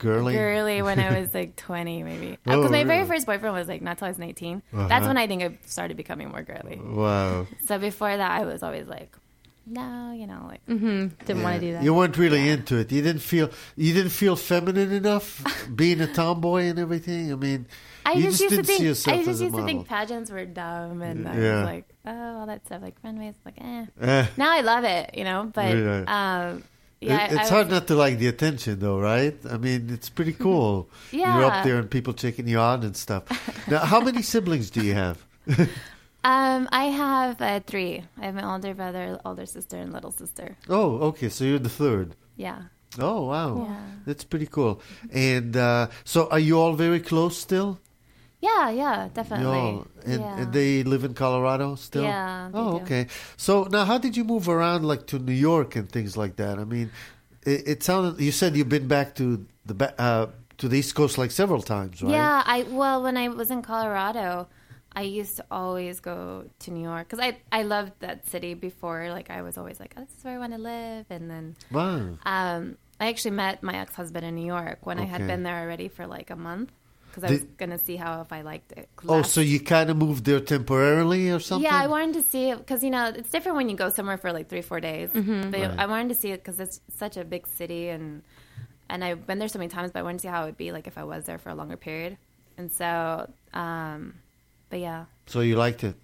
S4: Girly.
S6: girly when
S4: <laughs>
S6: I was like 20, maybe. Because
S4: Oh,
S6: my
S4: really?
S6: very first boyfriend was like not till I was 19.
S4: Uh-huh.
S6: That's when I think I started becoming more girly.
S4: Wow.
S6: So before that, I was always like, no, you know, like mm-hmm.
S5: Didn't want to do that.
S4: You weren't really into it. You didn't feel you didn't feel feminine
S6: <laughs>
S4: enough being a tomboy and everything. I mean,
S6: I
S4: you
S6: just, used to
S4: didn't see
S6: think
S4: yourself
S6: I just
S4: as a
S6: used to
S4: model.
S6: think pageants were dumb, and I
S4: Yeah.
S6: was like, oh, all that stuff, like runways, like eh. Now I love it, you know, but
S4: Yeah.
S6: um, yeah,
S4: It-
S6: I-
S4: it's
S6: I-
S4: hard not to like the attention, though, right? I mean, it's
S6: <laughs>
S4: pretty cool. You're up
S6: Yeah.
S4: there and people checking you out and stuff. Now, how
S6: <laughs>
S4: many siblings do you have?
S6: Um, I have uh, three. I have an older brother, older sister, and little sister.
S4: Oh, okay, so you're the third.
S6: Yeah.
S4: Oh, wow.
S6: Yeah.
S4: That's pretty cool. And uh, so are you all very close still?
S6: Yeah, yeah,
S4: You
S6: definitely.
S4: all, and,
S6: Uh, yeah.
S4: and they live in Colorado still?
S6: Yeah, they
S4: Oh,
S6: do.
S4: okay. So now how did you move around like to New York and things like that? I mean, it, it sounded, you said you've been back to the, ba- uh, to the East Coast like several times, right?
S6: Yeah, I well, when I was in Colorado, I used to always go to New York because I I loved that city before. Like I was always like, oh, this is where I want to live, and then
S4: Wow.
S6: um, I actually met my ex husband in New York when I
S4: Okay.
S6: had been there already for like a month because I
S4: Did-
S6: was gonna see how if I liked it.
S4: Oh,
S6: last-
S4: so you kind of moved there temporarily or something?
S6: Yeah, I wanted to see it because you know it's different when you go somewhere for like three, four days. But I wanted to see it because it's such a big city, and and I've been there so many times, but I wanted to see how it would be like if I was there for a longer period. And so, um, but yeah,
S4: So you liked it.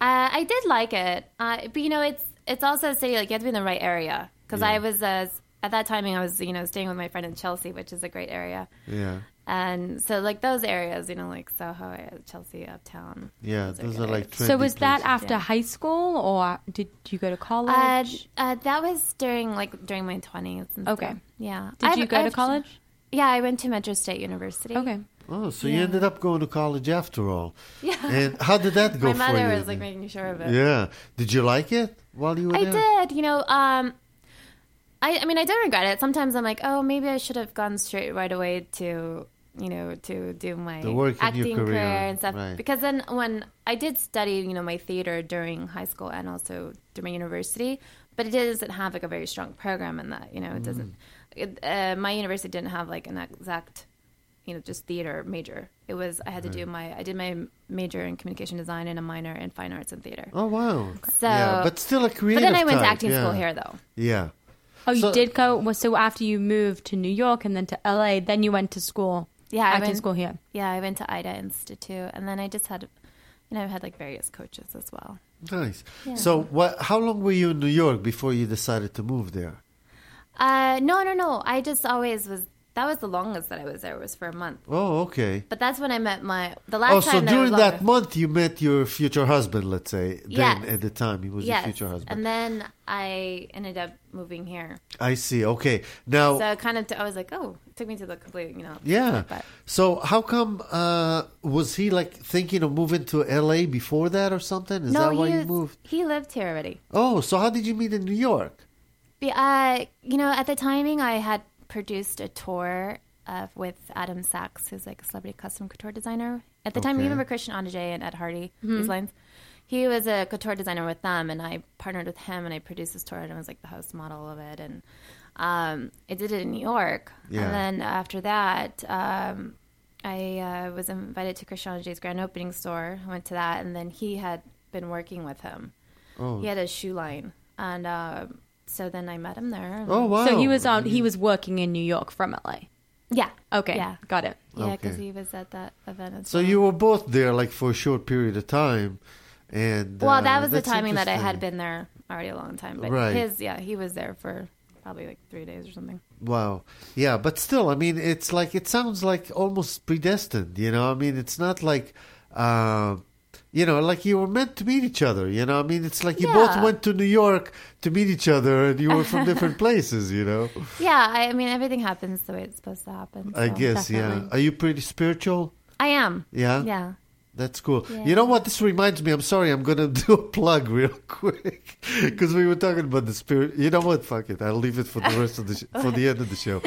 S6: uh, I did like it, uh, but you know, it's it's also a city like you have to be in the right area because I was uh, at that timing I was you know staying with my friend in Chelsea, which is a great area,
S4: Yeah.
S6: and so like those areas, you know, like Soho, Chelsea, uptown.
S4: Yeah. Those are
S6: good.
S4: like trendy
S5: So was that
S4: places.
S5: after high school or did you go to
S6: Uh,
S5: college?
S6: uh, that was during like during my twenties.
S5: Okay.
S6: Yeah.
S5: did
S6: I've-
S5: you go to
S6: I've-
S5: college?
S6: Yeah, I went to Metro State University.
S5: Okay.
S4: Oh, so you ended up going to college after all. Yeah. And how did that go
S6: <laughs> My
S4: for
S6: mother
S4: you?
S6: was like making sure of it.
S4: yeah. Did you like it while you were
S6: I
S4: there?
S6: did. You know, um, I, I mean, I don't regret it. Sometimes I'm like, oh, maybe I should have gone straight right away to, you know, to do my
S4: The work in your
S6: acting
S4: career,
S6: and stuff.
S4: right.
S6: Because then when I did study, you know, my theater during high school and also during university, but it doesn't have like a very strong program in that. You know, it
S4: Mm.
S6: doesn't. It, uh, my university didn't have like an exact you know just theater major it was i had to do my i did my major in communication design and a minor in fine arts and theater
S4: Oh wow.
S6: So-
S4: yeah, but still a
S6: but
S4: creative.
S6: then i went to
S4: type,
S6: acting
S4: yeah.
S6: school here though
S4: Yeah.
S5: Oh, you
S4: So-
S5: did go. Well, so after you moved to New York and then to LA, then you went to school.
S6: Yeah, I
S5: acting
S6: went-
S5: school here.
S6: Yeah, I went to Ida Institute, and then I just had, you know, I had like various coaches as well.
S4: Nice. So what? How long were you in New York before you decided to move there?
S6: Uh, no, no, no. I just always was. That was the longest that I was there was for a month.
S4: Oh, okay.
S6: But that's when I met my the last
S4: oh,
S6: time.
S4: so
S6: that I was
S4: during that
S6: longer.
S4: month you met your future husband, let's say. Then
S6: Yes.
S4: at the time he was
S6: Yes,
S4: your future husband.
S6: and then I ended up moving here.
S4: I see. Okay. Now,
S6: So kind of, I was like, oh, it took me to the complete, you know.
S4: yeah.
S6: But
S4: So how come uh, was he like thinking of moving to LA before that or something? Is
S6: no,
S4: that why
S6: he
S4: you
S6: was-
S4: moved?
S6: he lived here already.
S4: Oh, so how did you meet in New York?
S6: Be- Uh, you know, at the timing, I had produced a tour uh, with Adam Sachs, who's like a celebrity custom couture designer. At the time,
S4: Okay.
S6: you remember Christian Anjay and Ed Hardy, these lines? He was a couture designer with them, and I partnered with him, and I produced this tour, and I was like the host model of it. And um, I did it in New York.
S4: Yeah.
S6: And then after that, um, I uh, was invited to Christian Anjay's grand opening store. I went to that, and then he had been working with him.
S4: Oh.
S6: He had a shoe line, and uh, so then I met him there.
S4: Oh wow.
S5: So he was on. He was working in New York from LA.
S6: yeah.
S5: Okay,
S6: Yeah,
S5: got it.
S6: yeah, because
S4: Okay.
S6: he was at that event. As
S4: So
S6: well.
S4: you were both there like for a short period of time, and
S6: Well,
S4: uh,
S6: that was the
S4: that's
S6: timing that I had
S4: interesting.
S6: been there already a long time. But
S4: Right.
S6: his, yeah, he was there for probably like three days or something.
S4: Wow. Yeah, but still, I mean, it's like it sounds like almost predestined. You know, I mean, it's not like. Uh, you know, like you were meant to meet each other. You know, I mean, it's like you both
S6: Yeah.
S4: went to New York to meet each other, and you were from
S6: <laughs>
S4: different places. You know,
S6: Yeah, I, I mean, everything happens the way it's supposed to happen.
S4: I
S6: so
S4: guess.
S6: definitely.
S4: Yeah. Are you pretty spiritual?
S6: I am.
S4: Yeah?
S6: yeah.
S4: That's cool. You
S6: Yeah.
S4: know what? This reminds me. I'm sorry. I'm gonna <laughs> do a plug real quick <laughs> because we were talking about the spirit. You know what? Fuck it. I'll leave it for the rest of the sh- for the end of the show.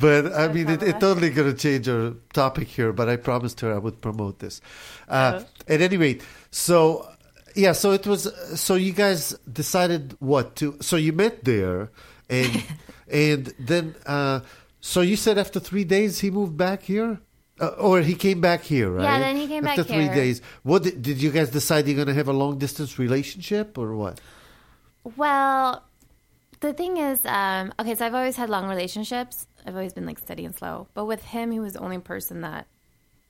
S4: But I mean, it, it totally gonna change our topic here. But I promised her I would promote this. Uh, At any rate, so yeah. So it was. So you guys decided what to. So you met there, and and then. Uh, so you said after three days he moved back here. Uh, or he came back here, right?
S6: Yeah, then he came
S4: After
S6: back
S4: three
S6: here.
S4: days. What did, did you guys decide you're going to have a long distance relationship or what?
S6: Well, the thing is, um, okay, so I've always had long relationships. I've always been like steady and slow. But with him, he was the only person that,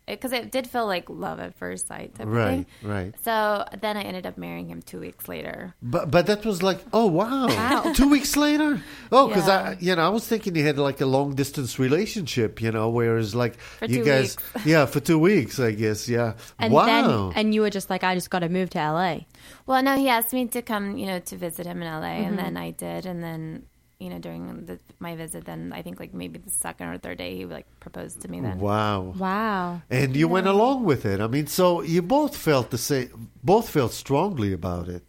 S6: because it did feel like love at first sight type of
S4: Right,
S6: thing.
S4: right.
S6: So then I ended up marrying him two weeks later.
S4: But but that was like, oh wow, two weeks later. Oh, because
S6: Yeah.
S4: I you know I was thinking you had like a long distance relationship, you know, whereas like you
S6: two
S4: guys, <laughs> yeah, for two weeks, I guess, yeah.
S5: And
S4: wow.
S5: then and you were just like, I just got to move to LA.
S6: Well, no, he asked me to come, you know, to visit him in LA, and then I did, and then. You know, during the, my visit, then I think like maybe the second or third day, he like proposed to me. Then
S4: wow.
S5: Wow.
S4: And you went along with it. I mean, so you both felt the same. Both felt strongly about it.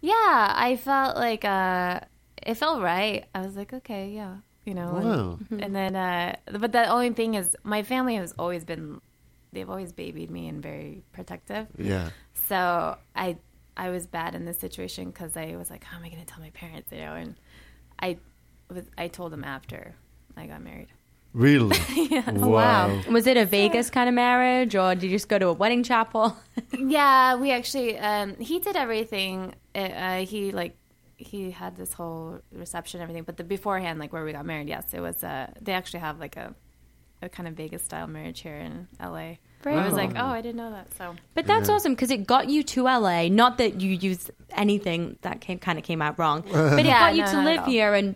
S6: Yeah, I felt like uh it felt right. I was like, okay, yeah, you know. and-
S4: Wow.
S6: And, then, uh but the only thing is, my family has always been, they've always babied me and very protective.
S4: Yeah.
S6: So I, I was bad in this situation because I was like, how am I going to tell my parents, you know? And I, was, I told them after I got married. <laughs>
S4: Really.
S5: Wow. Was it a Vegas kind of marriage or did you just go to a wedding chapel? <laughs>
S6: Yeah, we actually um, he did everything. Uh, uh, he like he had this whole reception and everything. But the beforehand, like where we got married, yes, it was a. They actually have like a, a kind of Vegas style marriage here in LA.
S5: Very
S6: I was
S5: cool.
S6: like, oh, I didn't know that. So
S5: But that's awesome because it got you to LA. Not that you used anything that came kind of came out wrong, but it
S6: Yeah,
S5: got you
S6: no,
S5: to
S6: not at
S5: live
S6: all.
S5: here and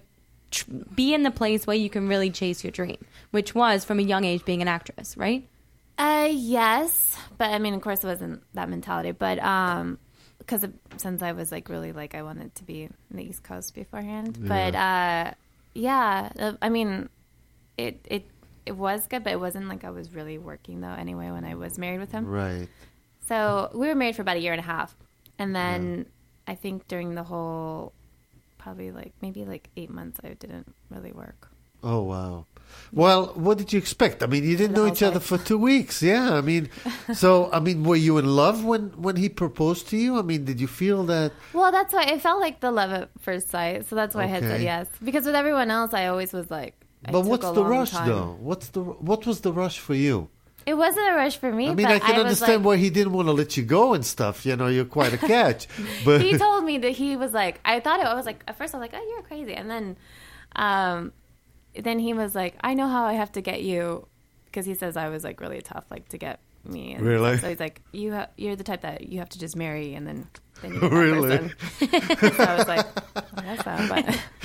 S5: tr- be in the place where you can really chase your dream, which was from a young age being an actress, right?
S6: Uh, yes, but I mean, of course, it wasn't that mentality, but um, because since I was like really like I wanted to be in the East Coast beforehand, but uh, yeah, uh, I mean, it it it was good, but it wasn't like I was really working though anyway when I was married with him.
S4: Right.
S6: So we were married for about a year and a half, and then I think during the whole probably like maybe like eight months I didn't really work.
S4: Oh wow. Well, what did you expect? I mean, you didn't know each other for two weeks. Yeah, I
S6: <laughs>
S4: mean, so I mean, were you in love when when he proposed to you? I mean, did you feel that?
S6: Well, that's why it felt like the love at first sight. So that's why I had said
S4: Okay.
S6: yes. Because with everyone else, I always was like. I
S4: But
S6: took
S4: what's
S6: a
S4: the
S6: long
S4: rush,
S6: time.
S4: though? What's the what was the rush for you?
S6: It wasn't a rush for me.
S4: I mean,
S6: but
S4: I can
S6: was
S4: understand
S6: like,
S4: why he didn't want to let you go and stuff. You know, you're quite a
S6: <laughs>
S4: catch. But
S6: he told me that he was like. I thought it. I was like at first. I was like, oh, you're crazy. And then, um, then he was like, I know how I have to get you, because he says I was like really tough, like to get me. And
S4: Really?
S6: So he's like, you ha- you're the type that you have to just marry and then.
S4: <laughs>
S6: Then you get that
S4: Really?
S6: person." <laughs> so I was like, well, that's not, but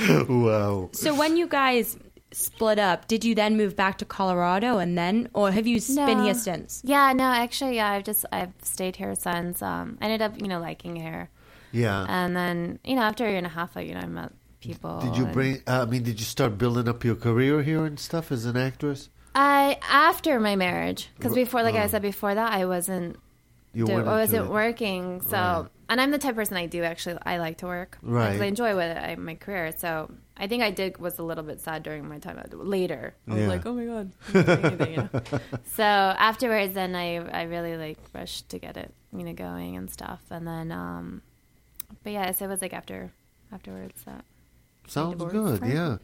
S4: <laughs> wow.
S5: So when you guys split up, did you then move back to Colorado and then, or have you s- been
S6: No.
S5: here since?
S6: Yeah, no, actually, yeah, I've just I've stayed here since. Um, I ended up, you know, liking it here,
S4: Yeah.
S6: and then you know, after a year and a half, like, you know, I met people.
S4: did you
S6: and-
S4: bring? I mean, did you start building up your career here and stuff as an actress?
S6: I after my marriage because before, like I said before that, I wasn't
S4: uh-huh. You
S6: do, I
S4: went into
S6: wasn't
S4: it.
S6: working. So, and I'm the type of person I do actually. I like to work.
S4: Right.
S6: Because I enjoy what I, my career. So I think I did was a little bit sad during my time uh, later. I was
S4: Yeah.
S6: like, oh my god. I'm not doing anything, you know? so afterwards, then I I really like rushed to get it you know going and stuff, and then um, but yeah, so it was like after afterwards that.
S4: Sounds
S6: divorce.
S4: good. Yeah.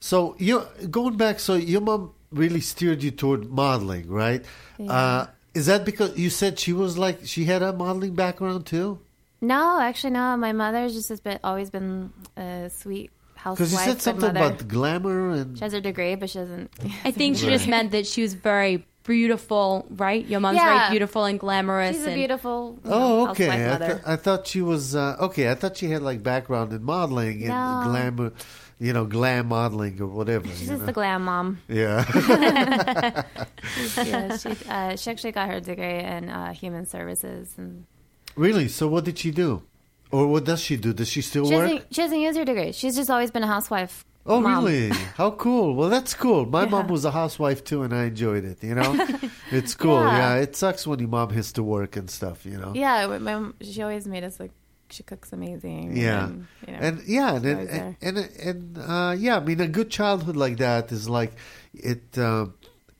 S4: So you going back. So your mom really steered you toward modeling, right? Uh, is that because you said she was like she had a modeling background too?
S6: No, actually, no. My mother's just has been always been a sweet housewife.
S4: Because you said
S6: good
S4: something
S6: mother.
S4: about glamour and
S6: She has her degree, but she doesn't.
S5: I think she just meant that she was very beautiful, right? Your mom's
S6: Yeah.
S5: very beautiful and glamorous.
S6: <laughs> She's a
S5: and-
S6: beautiful. you know,
S4: Oh,
S6: housewife
S4: okay. I,
S6: mother.
S4: th- I thought she was uh, okay. I thought she had like background in modeling and
S6: No.
S4: glamour, you know, glam modeling or whatever.
S6: <laughs>
S4: you
S6: She's just
S4: know.
S6: the glam mom.
S4: yeah. <laughs>
S6: <laughs> Yeah, she, uh, she actually got her degree in uh, human services, and
S4: really? So what did she do, or what does she do? Does she still
S6: she
S4: work?
S6: doesn't, she doesn't use her degree. She's just always been a housewife.
S4: Oh,
S6: mom.
S4: really? How cool. Well, that's cool. My mom was a housewife too, and I enjoyed it, you
S6: <laughs>
S4: know? it's cool. Yeah.
S6: Yeah.
S4: it sucks when your mom has to work and stuff, you know?
S6: Yeah, but my mom- she always made us like she cooks amazing.
S4: Yeah.
S6: and, you know.
S4: And e- yeah, and
S6: always
S4: and,
S6: there.
S4: and and uh yeah, I mean a good childhood like that is like it uh,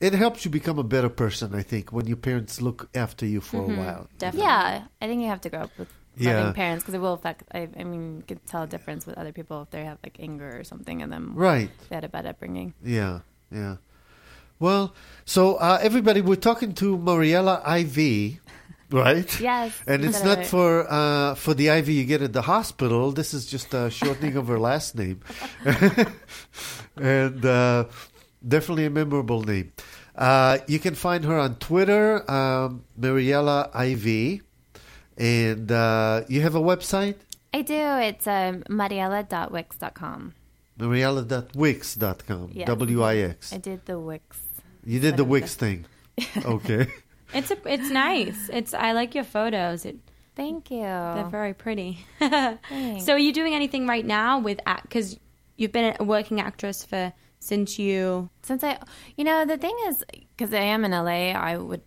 S4: it helps you become a better person, I think, when your parents look after you for
S6: Mm-hmm.
S4: a while.
S5: Definitely.
S6: yeah, I think you have to grow up with
S4: Yeah.
S6: loving parents because it will affect. I, I mean, you could tell a difference with other people if they have like anger or something in them.
S4: Right.
S6: They had a bad upbringing.
S4: Yeah, yeah. Well, so uh, everybody, we're talking to Mariella IV, <laughs> right?
S6: Yes,
S4: And
S6: you
S4: it's
S6: got it
S4: not
S6: right.
S4: for uh, for the IV you get at the hospital. This is just a shortening of her last name, <laughs> and uh, definitely a memorable name. Uh, you can find her on Twitter, um, Mariella IV, and uh, you have a website,
S6: I do. It's um, mariella.wix.com.
S4: Mariella.wix.com,
S6: Yes.
S4: W I X.
S6: I did the Wix.
S4: You did the
S6: Whatever. <laughs>
S4: Wix thing. Okay.
S5: It's a, it's <sighs> nice. It's I like your photos. It,
S6: Thank you.
S5: they're very pretty. <laughs> so, are you doing anything right now with because you've been a working actress for since you?
S6: Since I, you know, the thing is, because I am in LA, I would,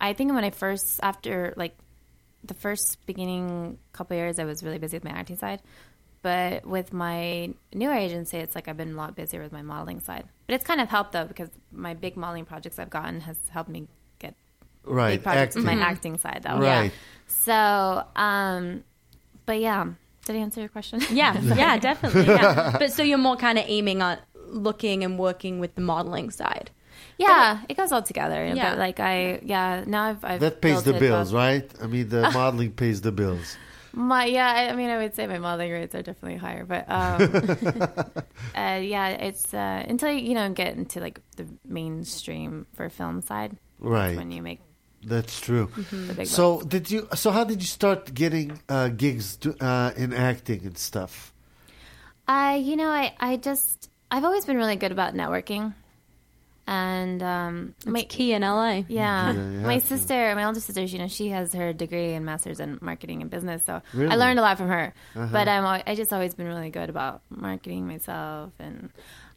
S6: I think when I first, after like the first beginning couple years, I was really busy with my acting side. But with my newer agency, it's like I've been a lot busier with my modeling side. But it's kind of helped though, because my big modeling projects I've gotten has helped me get
S4: Right.
S6: big projects with my
S4: acting.
S6: acting side though.
S4: Right.
S6: So, um, but yeah, did I answer your question? <laughs>
S5: <laughs> Yeah, yeah, definitely. Yeah. <laughs> But so you're more kind of aiming on looking and working with the modeling side.
S6: yeah, it goes all together.
S5: Yeah.
S6: Yeah, but like I, yeah, now I've, I've
S4: That pays
S6: built
S4: the
S6: it
S4: bills,
S6: both- <laughs>
S4: right? I mean, the modeling pays the bills.
S6: My yeah, I, I mean, I would say my modeling rates are definitely higher, but um, uh, yeah, it's uh, until you, you know get into like the mainstream for film side, that's
S4: Right.
S6: when you make
S4: That's true.
S6: the big. bucks.
S4: So did you? So how did you start getting uh, gigs to, uh, in acting and stuff?
S6: Uh, you know, I, I just I've always been really good about networking, and um, my
S5: Key in LA.
S6: yeah,
S4: you
S6: my
S4: have to.
S6: sister, my older sister, you know, she has her degree and master's in marketing and business, so
S4: Really? Uh-huh.
S6: I learned a lot from her. But I'm al- I just always been really good about marketing myself, and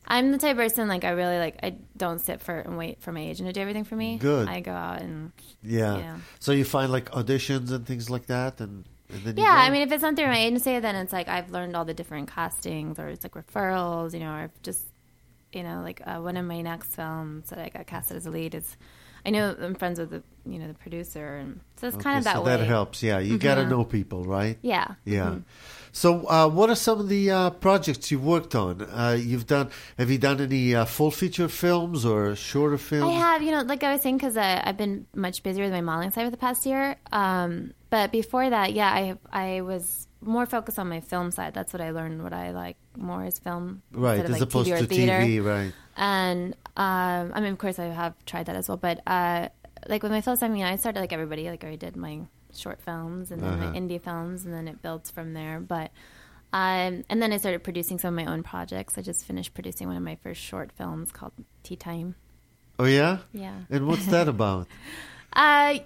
S6: I'm the type of person like I really like I don't sit for and wait for my agent to do everything for me.
S4: Good.
S6: I go out and
S4: Yeah.
S6: Yeah.
S4: So you find like auditions and things like that, and, and then you
S6: Yeah,
S4: go?
S6: I mean, if it's not through my agency, then it's like I've learned all the different castings, or it's like referrals, you know, or if just you know, like uh, one of my next films that I got casted as a lead is, I know I'm friends with the you know the producer, and so it's kind of
S4: Okay,
S6: that
S4: so
S6: way. Mm-hmm.
S4: That helps. Yeah, you got to know people, right?
S6: Yeah. Mm-hmm.
S4: Yeah. So, uh, what are some of the uh, projects you've worked on? Uh, you've done. Have you done any uh, full feature films or shorter
S6: I
S4: films?
S6: have, you know, like I was saying, because I've been much busier with my modeling side for the past year. Um, but before that, yeah, I I was more focused on my film side. That's what I learned. What I like more is film,
S4: right,
S6: instead
S4: as
S6: of, like,
S4: opposed
S6: TV or
S4: to
S6: theater.
S4: TV, right?
S6: and um, I mean, of course, I have tried that as well. But uh, like with my films, I mean, I started like everybody, like I did my short films and then
S4: Uh-huh.
S6: my indie films, and then it builds from there. But um, and then I started producing some of my own projects. I just finished producing one of my first short films called Tea Time.
S4: Oh yeah.
S6: Yeah.
S4: And what's that
S6: <laughs>
S4: about?
S6: Uh,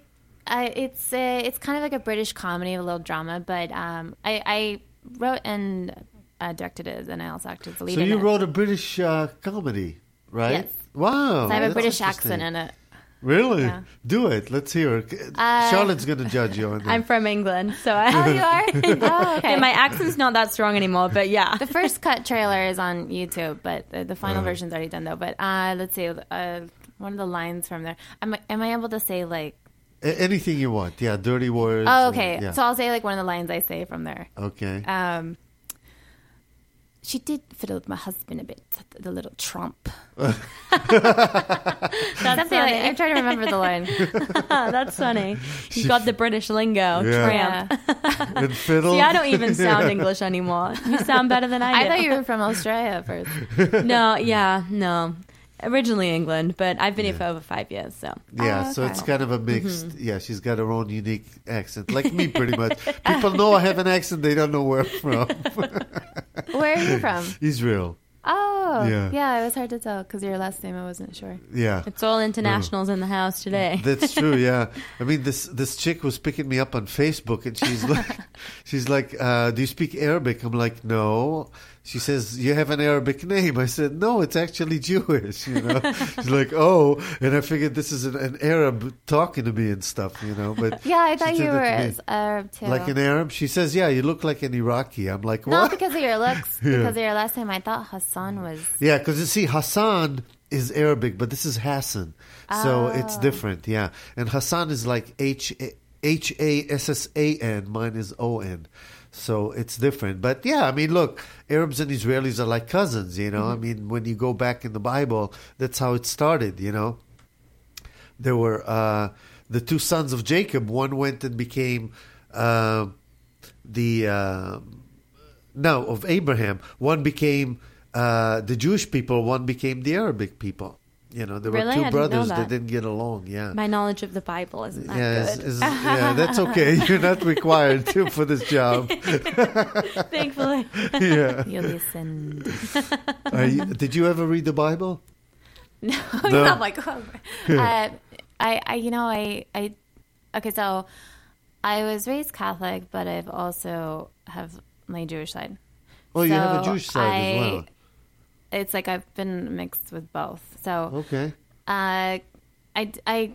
S6: uh, it's a, it's kind of like a British comedy, a little drama. But um, I, I wrote and uh, directed it, and I also acted as the lead.
S4: so
S6: in
S4: you
S6: it.
S4: wrote a British uh, comedy, right?
S6: Yes.
S4: Wow.
S6: So I have a
S4: that's
S6: British
S4: interesting. <laughs>
S6: accent in it.
S4: Really?
S6: Yeah. Uh,
S4: Do it. Let's hear. it. Charlotte's going to judge
S6: <laughs>
S4: you on that.
S5: I'm from England, so <laughs> I.
S6: Oh, you <laughs> are. oh, okay.
S5: Yeah, my accent's not that strong anymore, but yeah.
S6: the first cut trailer is on YouTube, but the, the
S4: Uh-huh.
S6: final version's already done though. But uh, let's see, uh, one of the lines from there. Am I, am I able to say like?
S4: A- Anything you want. Yeah. Dirty words. or-
S6: Oh, okay.
S4: yeah.
S6: So I'll say like one of the lines I say from there.
S4: okay.
S6: Um, she did fiddle with my husband a bit, the little trump.
S5: That's
S6: Something like,
S5: funny.
S6: I'm trying to remember the <laughs> line.
S5: <laughs> That's funny. You got the British lingo.
S4: Yeah.
S5: Tramp.
S4: and
S6: <laughs>
S4: fiddle.
S5: See, I don't even sound English anymore. You sound better than I
S6: I
S5: do.
S6: thought you were from Australia at
S4: <laughs>
S6: first.
S5: No, yeah, no. Originally England, but I've been here for over five years, so.
S4: Yeah,
S6: Oh,
S4: so it's
S6: okay.
S4: kind of a mixed. Yeah, she's got her own unique accent, like me, pretty
S6: <laughs>
S4: much. People know I have an accent; they don't know where I'm from. <laughs>
S6: Where are you from?
S4: Israel.
S6: <laughs> Oh,
S4: Yeah.
S6: yeah. it was hard to tell because your last name I wasn't sure.
S4: Yeah,
S5: It's all internationals in the house today.
S4: <laughs> that's true. Yeah, I mean this this chick was picking me up on Facebook, and she's
S6: <laughs>
S4: like, she's like, uh, "Do you speak Arabic?" I'm like, "No." She says, "You have an Arabic name." I said, "No, it's actually Jewish." You
S6: <laughs>
S4: know, she's like, "Oh," and I figured this is an, an Arab talking to me and stuff. You know, but
S6: <laughs> Yeah, I
S4: she
S6: thought
S4: did
S6: you
S4: that to
S6: were
S4: me.
S6: as Arab too.
S4: Like an Arab, she says, "Yeah, you look like an Iraqi." I'm like, "What?"
S6: Not because of your
S4: <laughs>
S6: looks, because of your last name. I thought Hassan <laughs> was.
S4: Yeah, because you see, Hassan is Arabic, but this is Hassan, so it's different. Yeah, and Hassan is like H H A S S A N. Mine is O N, so it's different. But yeah, I mean, look, Arabs and Israelis are like cousins. You know, I mean, when you go back in the Bible, that's how it started. You know, there were uh, the two sons of Jacob. One went and became uh, the uh, no of Abraham. One became uh, the Jewish people. One became the Arabic people. You know, there
S5: Really?
S4: were
S5: I
S4: two
S5: didn't know
S4: brothers that.
S5: that.
S4: didn't get along. Yeah.
S5: <laughs> My knowledge of the Bible isn't that
S4: yeah, it's-
S5: good. <laughs>
S4: <laughs> it's- yeah, that's okay. <laughs> You're not required to for this job.
S5: Thankfully.
S4: <laughs> Yeah.
S6: <laughs> You listened.
S4: Are you, did you ever read the Bible? No.
S6: no. I'm like, oh. uh, I, I, you know, I, I, okay, so I was raised Catholic, but I've also have my Jewish side.
S4: Oh, you have a
S6: So
S4: Jewish side as
S6: I-
S4: well.
S6: It's like I've been mixed with both. So,
S4: Okay.
S6: uh, I, I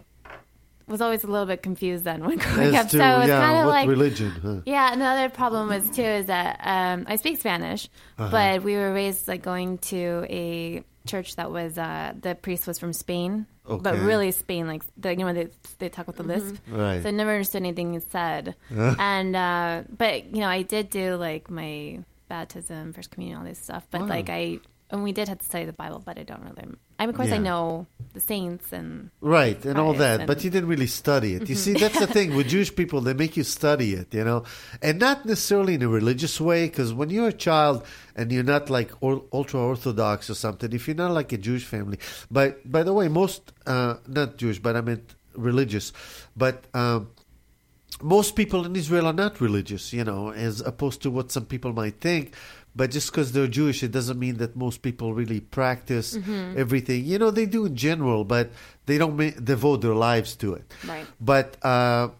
S6: was always a little bit confused then when <laughs> growing up.
S4: As to
S6: so it's kind
S4: yeah,
S6: of
S4: what
S6: like,
S4: religion? Huh?
S6: yeah, another problem was too is that um, I speak Spanish,
S4: Uh-huh.
S6: but we were raised like going to a church that was uh, the priest was from Spain, but
S4: Okay. Mm-hmm.
S6: really Spain, like the, you know they they talk with the lisp,
S4: Right. Uh-huh.
S6: so I never understood anything he said. and uh, but you know I did do like my baptism, first communion, all this stuff, but like I and we did have to study the Bible, but I don't really. I mean, of course, I
S4: Yeah.
S6: know the saints and
S4: Right, and all
S6: Right,
S4: that,
S6: and-
S4: but you didn't really study it. You see, that's the thing with Jewish people; they make you study it, you know, and not necessarily in a religious way. Because when you're a child and you're not like or, ultra orthodox or something, if you're not like a Jewish family, but by the way, most uh, not Jewish, but I meant religious, but um, most people in Israel are not religious, you know, as opposed to what some people might think. But just because they're Jewish, it doesn't mean that most people really practice everything. You know, they do in general, but they don't ma- devote their lives to it.
S5: Right.
S4: But uh,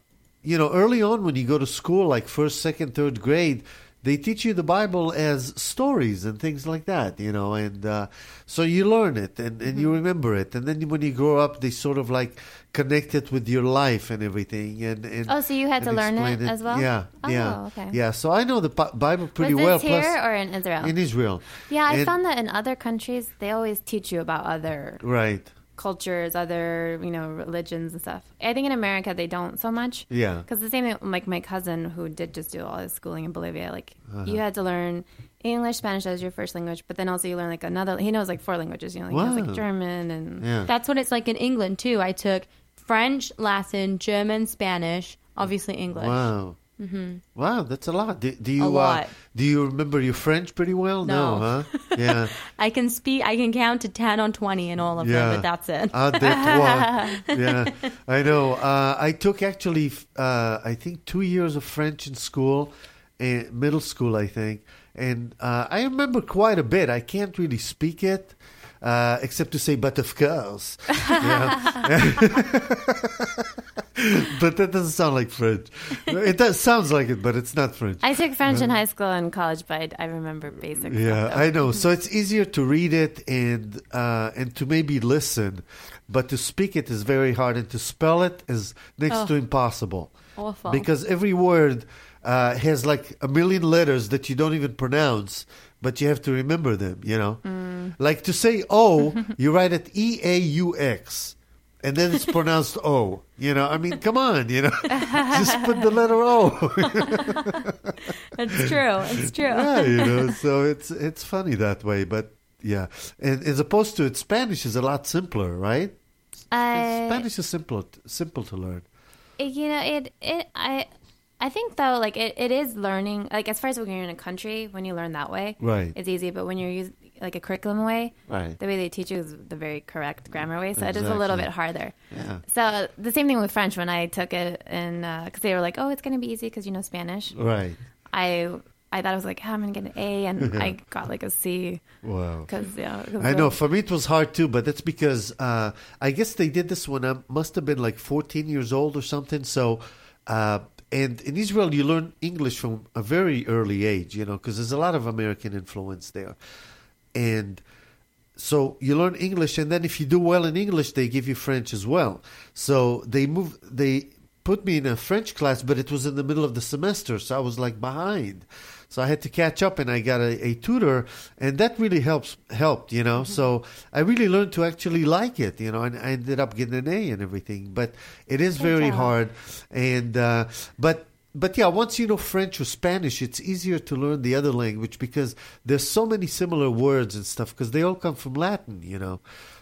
S4: you know, early on when you go to school, like first, second, third grade, they teach you the Bible as stories and things like that. You know, and uh, so you learn it and, and you remember it. And then when you grow up, they sort of like connect it with your life and everything. And, and
S6: Oh, so you had to
S4: and
S6: learn it
S4: explain
S6: as well?
S4: Yeah,
S6: Oh,
S4: yeah,
S6: okay.
S4: yeah. So I know the Bi- Bible pretty
S6: was this
S4: well.
S6: here
S4: plus,
S6: or in Israel?
S4: in Israel,
S6: yeah, I
S4: And-
S6: found that in other countries they always teach you about other
S4: right.
S6: cultures, other you know religions and stuff. I think in America they don't so much.
S4: Yeah.
S6: because the same thing, like my cousin who did just do all his schooling in Bolivia. Like
S4: Uh-huh.
S6: you had to learn English, Spanish as your first language, but then also you learn like another. He knows like four languages. You know, like, he knows
S4: Wow.
S6: like German and
S4: Yeah.
S5: That's what it's like in England too. I took French, Latin, German, Spanish, obviously English.
S4: Wow.
S6: Mm-hmm.
S4: Wow, that's a lot. Do, do you Uh,
S5: lot.
S4: do you remember your French pretty well?
S5: No.
S6: <laughs>
S4: huh? Yeah,
S5: <laughs> I can speak. I can count to ten on twenty in all of
S4: yeah.
S5: them, but that's it.
S4: Ah, that one. Yeah, I know. Uh, I took actually, f- uh, I think, two years of French in school, eh, middle school, I think, and uh, I remember quite a bit. I can't really speak it. Uh, except to say, but of course, Yeah. <laughs> but that doesn't sound like French. It does, sounds like it, but it's not French.
S6: I took French in high school and college, but I, I remember basic.
S4: Uh-huh. <laughs> Yeah, I know. So it's easier to read it and uh, and to maybe listen, but to speak it is very hard, and to spell it is next to impossible.
S5: Awful.
S4: Because every word uh, has like a million letters that you don't even pronounce, but you have to remember them. You know, like to say "oh," you write it E A U X. And then it's pronounced O. You know, I mean, come on, you know, <laughs> just put the letter O.
S5: <laughs> It's true. It's true.
S4: yeah, you know, so it's it's funny that way, but yeah, and as opposed to it, Spanish is a lot simpler, right?
S6: I,
S4: Spanish is simple, simple to learn.
S6: It- you know it it i i think though like it, it is learning like as far as when you're in a country when you learn that way
S4: Right.
S6: it's easy but when you're using like a curriculum way
S4: Right.
S6: the way they teach you is the very correct grammar way so it is a little
S4: Exactly.
S6: bit harder
S4: Yeah.
S6: so the same thing with french when i took it and because they were like oh it's going to be easy because you know spanish
S4: Right.
S6: i i thought i was like oh, i'm going to get an a and
S4: <laughs>
S6: i got like a c
S4: Wow.
S6: because yeah
S4: I know. For me, it was hard too, but that's because uh, I guess they did this when I must have been like 14 years old or something. So, uh, and in Israel, you learn English from a very early age, you know, because there's a lot of American influence there. And so you learn English, and then if you do well in English, they give you French as well. So they move, they put me in a French class, but it was in the middle of the semester, so I was like behind. So I had to catch up, and I got a, a tutor, and that really helps helped, you know. So I really learned to actually like it, you know, and I ended up getting an A and everything. But it is very
S6: job.
S4: hard, and uh, but but yeah, once you know French or Spanish, it's easier to learn the other language because there's so many similar words and stuff because they all come from Latin, you know.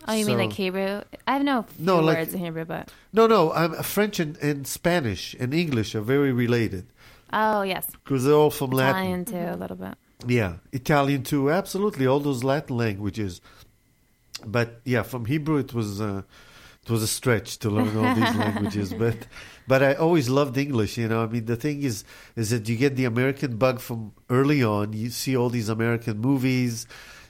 S6: oh you mean
S4: So-
S6: like hebrew i have no, few
S4: No, like-
S6: words in hebrew but
S4: No, no, um, French and, and Spanish and English are very related
S6: oh yes
S4: because they're all from Latin.
S6: Italian too a little bit
S4: Yeah, Italian too. Absolutely, all those Latin languages. But yeah, from Hebrew it was uh, it was a stretch to learn all
S5: <laughs>
S4: these languages. But but I always loved English. You know, I mean, the thing is is that you get the American bug from early on. You see all these American movies.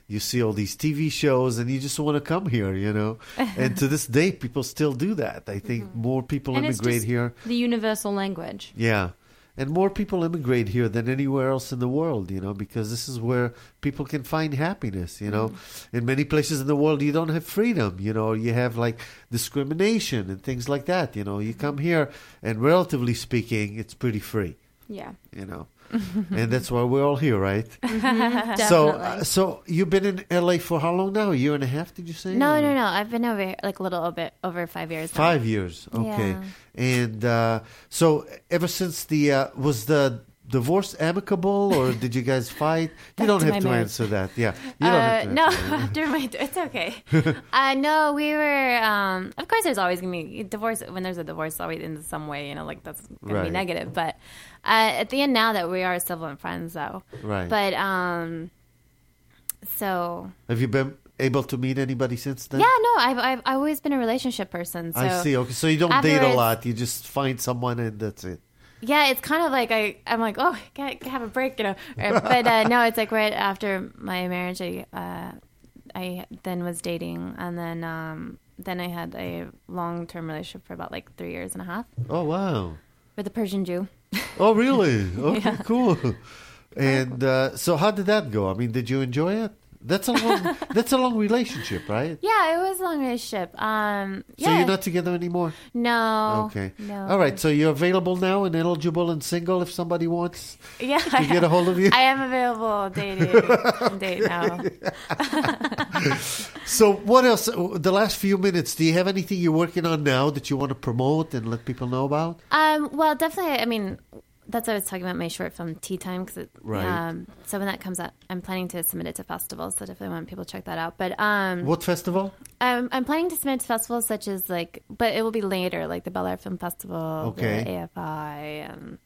S4: You see all these TV shows, and you just want to come here, you
S5: <laughs>
S4: know. And to this day, people still do that. I think more people
S5: Mm-hmm. And it's
S4: immigrate
S5: just
S4: here.
S5: the universal language.
S4: Yeah. And more people immigrate here than anywhere else in the world, you know, because this is where people can find happiness, you know. In many places in the world, you don't have freedom, you know, you have like discrimination and things like that, you know. You come here, and relatively speaking, it's pretty free,
S5: Yeah,
S4: you know. and that's why we're all here,
S6: <laughs>
S4: right?
S5: definitely.
S4: So, uh, so you've been in LA for how long now? A year and a half, did you say?
S6: No,
S4: Or-
S6: no, no. I've been over like a little bit over five years. now.
S4: Five years, okay.
S6: Yeah.
S4: And uh, so ever since the uh, was the divorce amicable or did you guys
S6: <laughs>
S4: fight? You don't
S5: to
S4: have
S5: my
S4: to
S5: marriage.
S4: answer that. Yeah. You don't
S6: Uh,
S4: have to
S6: no,
S4: answer that.
S6: <laughs> after my, it's
S4: <laughs>
S6: okay. uh, no, we were. Um, of course, there's always gonna be divorce when there's a divorce, always in some way, you know, like that's gonna
S4: Right.
S6: be negative. But uh, at the end, now that we are civil and friends, though,
S4: Right.
S6: But um, so
S4: Have you been able to meet anybody since then?
S6: yeah, no, I've I've I've always been a relationship person. So
S4: I see. Okay. So you don't date a
S6: afterwards-
S4: lot. You just find someone and that's it.
S6: Yeah, it's kind of like I, I'm like, oh, can I can I have a break, you know. Or- But uh, no, it's like right after my marriage, I, uh, I then was dating, and then, um, then I had a long term relationship for about like three years and a half
S4: Oh, wow.
S6: with a Persian Jew.
S4: Oh,
S6: <laughs>
S4: really? Okay, cool. And uh, so how did that go? I mean, did you enjoy it? That's a long
S6: <laughs>
S4: that's a long relationship, right?
S6: Yeah, it was a long relationship. Um,
S4: So
S6: yeah,
S4: you're not together anymore?
S6: no,
S4: okay.
S6: Oh, no.
S4: All right. So you're available now and eligible and single if somebody wants
S6: yeah,
S4: to get a hold of you.
S6: <laughs> I am
S4: <laughs>
S6: available dating date now.
S4: So what else? uh, The last few minutes. Do you have anything you're working on now that you want to promote and let people know about?
S6: Um, well, definitely. I mean, that's what I was talking about my short film Tea Time because
S4: Right.
S6: um, so when that comes out, I'm planning to submit it to festivals. So definitely want people to check that out. But um,
S4: What festival?
S6: I'm, I'm planning to submit to festivals such as like, but it will be later, like the Bel Air Film Festival,
S4: Okay.
S6: the AFI, and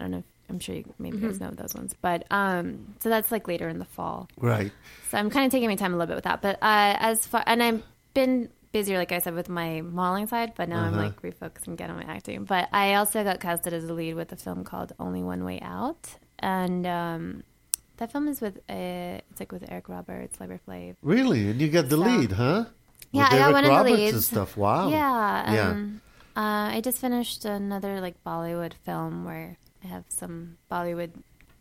S6: I don't know. If, I'm sure you, maybe you guys know those ones, but um, so that's like later in the fall.
S4: Right.
S6: So I'm kind of taking my time a little bit with that. But uh, as far and I've been busier, like I said, with my modeling side. But now
S4: Uh-huh.
S6: I'm like refocusing again on my acting. But I also got casted as a lead with a film called Only One Way Out, and um, that film is with uh, it's like with Eric Roberts, Labor Flave.
S4: Really? And you got the lead, huh?
S6: Yeah,
S4: With
S6: I got
S4: Eric
S6: one of the
S4: Roberts and
S6: leads.
S4: stuff. Wow.
S6: Yeah.
S4: Yeah.
S6: Um, uh, I just finished another like Bollywood film where I have some Bollywood.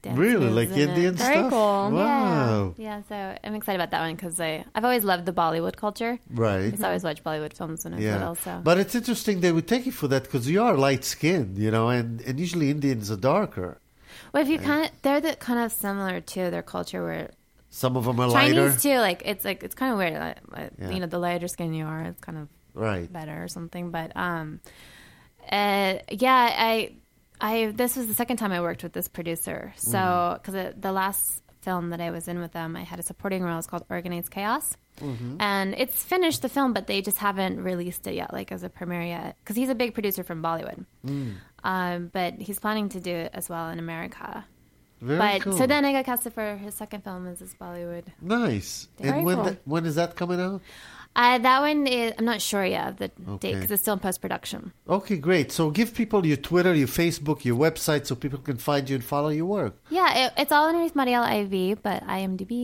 S6: dance
S4: Really,
S6: moves
S4: like
S6: in it.
S4: Indian
S5: Very
S4: stuff.
S5: cool.
S4: Wow.
S6: Yeah, so I'm excited about that one because I've always loved the Bollywood culture.
S4: Right.
S6: I always watched Bollywood films when I was
S4: Mm-hmm. Yeah,
S6: little. So.
S4: but it's interesting they would take you for that because you are light skinned, you know, and, and usually Indians are darker.
S6: well, if you kind of, they're the, kind of similar to their culture where
S4: Some of them are lighter,
S6: Chinese too. Like it's like it's kind of weird. Like, like,
S4: Yeah.
S6: You know, the lighter skin you are, it's kind of
S4: right?
S6: better or something. But um, uh, yeah, I, I this was the second time I worked with this producer.
S4: Mm.
S6: So because the last film that I was in with them, I had a supporting role. It's called Organized Chaos,
S4: Mm-hmm.
S6: and it's finished the film, but they just haven't released it yet, like as a premiere yet. Because he's a big producer from Bollywood,
S4: Mm.
S6: um, but he's planning to do it as well in America.
S4: Very
S6: but
S4: cool.
S6: so then I got casted for his second film as this Bollywood.
S4: nice.
S5: Very
S4: and when
S5: cool.
S4: tha- when is that coming out?
S6: Uh, that one is I'm not sure yet of the date 'cause date
S4: Okay.
S6: because it's still in post production.
S4: Okay, great. So give people your Twitter, your Facebook, your website, so people can find you and follow your work.
S6: Yeah, it, it's all underneath Marielle IV, but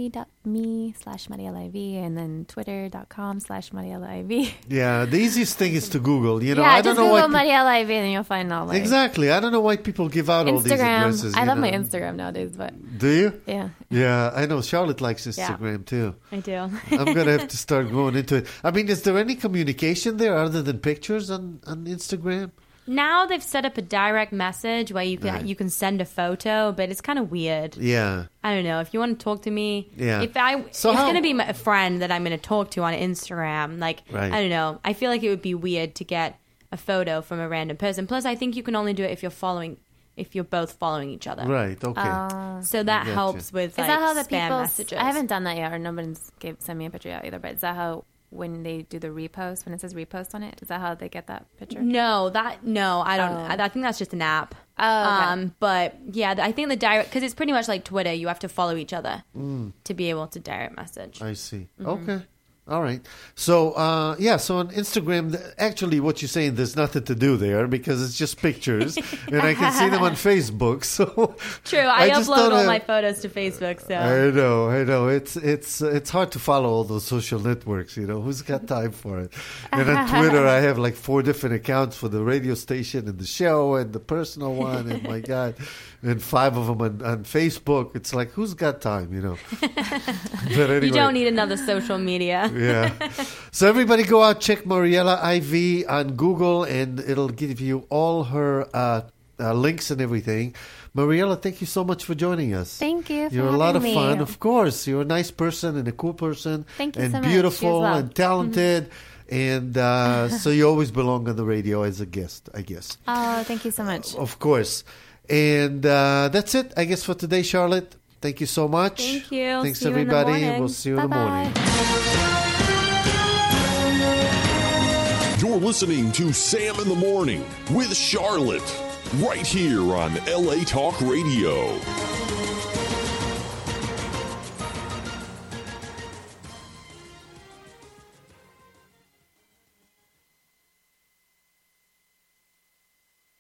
S6: imdb.me slash Marielle IV and then twitter.com slash Marielle <laughs> IV.
S4: Yeah, the easiest thing is to Google. You know,
S6: yeah,
S4: I don't
S6: just
S4: know
S6: Google
S4: why. pe-
S6: Marielle IV and you'll find all like
S4: exactly, I don't know why people give out all these
S6: Instagram.
S4: addresses.
S6: I
S4: you
S6: love my
S4: know.
S6: Instagram nowadays, but
S4: Do you?
S6: yeah.
S4: Yeah, I know. Charlotte likes Instagram too.
S5: I do.
S4: <laughs> I'm gonna have to start going into it. I mean, is there any communication there other than pictures on on Instagram?
S5: now they've set up a direct message where you can
S4: Right.
S5: you can send a photo, but it's kind of weird.
S4: Yeah,
S5: I don't know if you want to talk to me.
S4: Yeah.
S5: If I
S4: So
S5: it's
S4: how-
S5: going to be my, a friend that I'm going to talk to on Instagram. Like
S4: Right.
S5: I don't know. I feel like it would be weird to get a photo from a random person. Plus, I think you can only do it if you're following if you're both following each other.
S4: right. Okay.
S6: Uh,
S5: So that
S4: Gotcha.
S5: helps with
S6: Is
S5: like
S6: that how the
S5: spam
S6: people?
S5: messages.
S6: I haven't done that yet, or nobody's gave, sent me a picture yet either. But is that how when they do the repost, when it says repost on it, is that how they get that picture?
S5: No, that no, I don't. I, I think that's just an app.
S6: Oh, okay.
S5: um, but yeah, I think the direct because it's pretty much like Twitter. You have to follow each other to be able to direct message.
S4: Mm. I see.
S5: Mm-hmm.
S4: Okay. All right. So uh, yeah. So on Instagram, th- actually, what you're saying, there's nothing to do there because it's just
S5: <laughs>
S4: pictures, and I can see them on Facebook. <laughs> So
S5: True, I,
S4: just
S5: upload
S4: don't
S5: all
S4: have-
S5: my photos to Facebook. So
S4: I know, I know. It's it's it's hard to follow all those social networks. You know, who's
S5: <laughs>
S4: got time for it? And on Twitter, I have like four different accounts for the radio station and the show and the personal one. And
S5: <laughs>
S4: my God, and five of them on, on Facebook. It's like who's got time? You
S5: <laughs>
S4: know. But anyway,
S5: you don't need another
S4: <laughs>
S5: social media.
S4: yeah. So everybody go out check Mariella IV on Google, and it'll give you all her uh, uh, links and everything. Mariella, thank you so much for joining us.
S6: Thank you for
S4: You're a lot of
S6: having me.
S4: fun, of course. You're a nice person and a cool person.
S6: Thank you
S4: And
S6: so much. You as
S4: beautiful
S6: well. Mm-hmm.
S4: and talented. And
S6: <laughs>
S4: uh, so you always belong on the radio as a guest, I guess.
S6: Oh, thank you so much.
S4: Of course. And uh, that's it, I guess, for today, Charlotte. Thank you so much.
S5: Thank you.
S4: Thanks,
S5: See you in the
S4: everybody. and
S5: morning.
S4: we'll see you in the
S6: Bye-bye.
S4: morning.
S1: You're listening to Sam in the Morning with Charlotte right here on LA Talk Radio.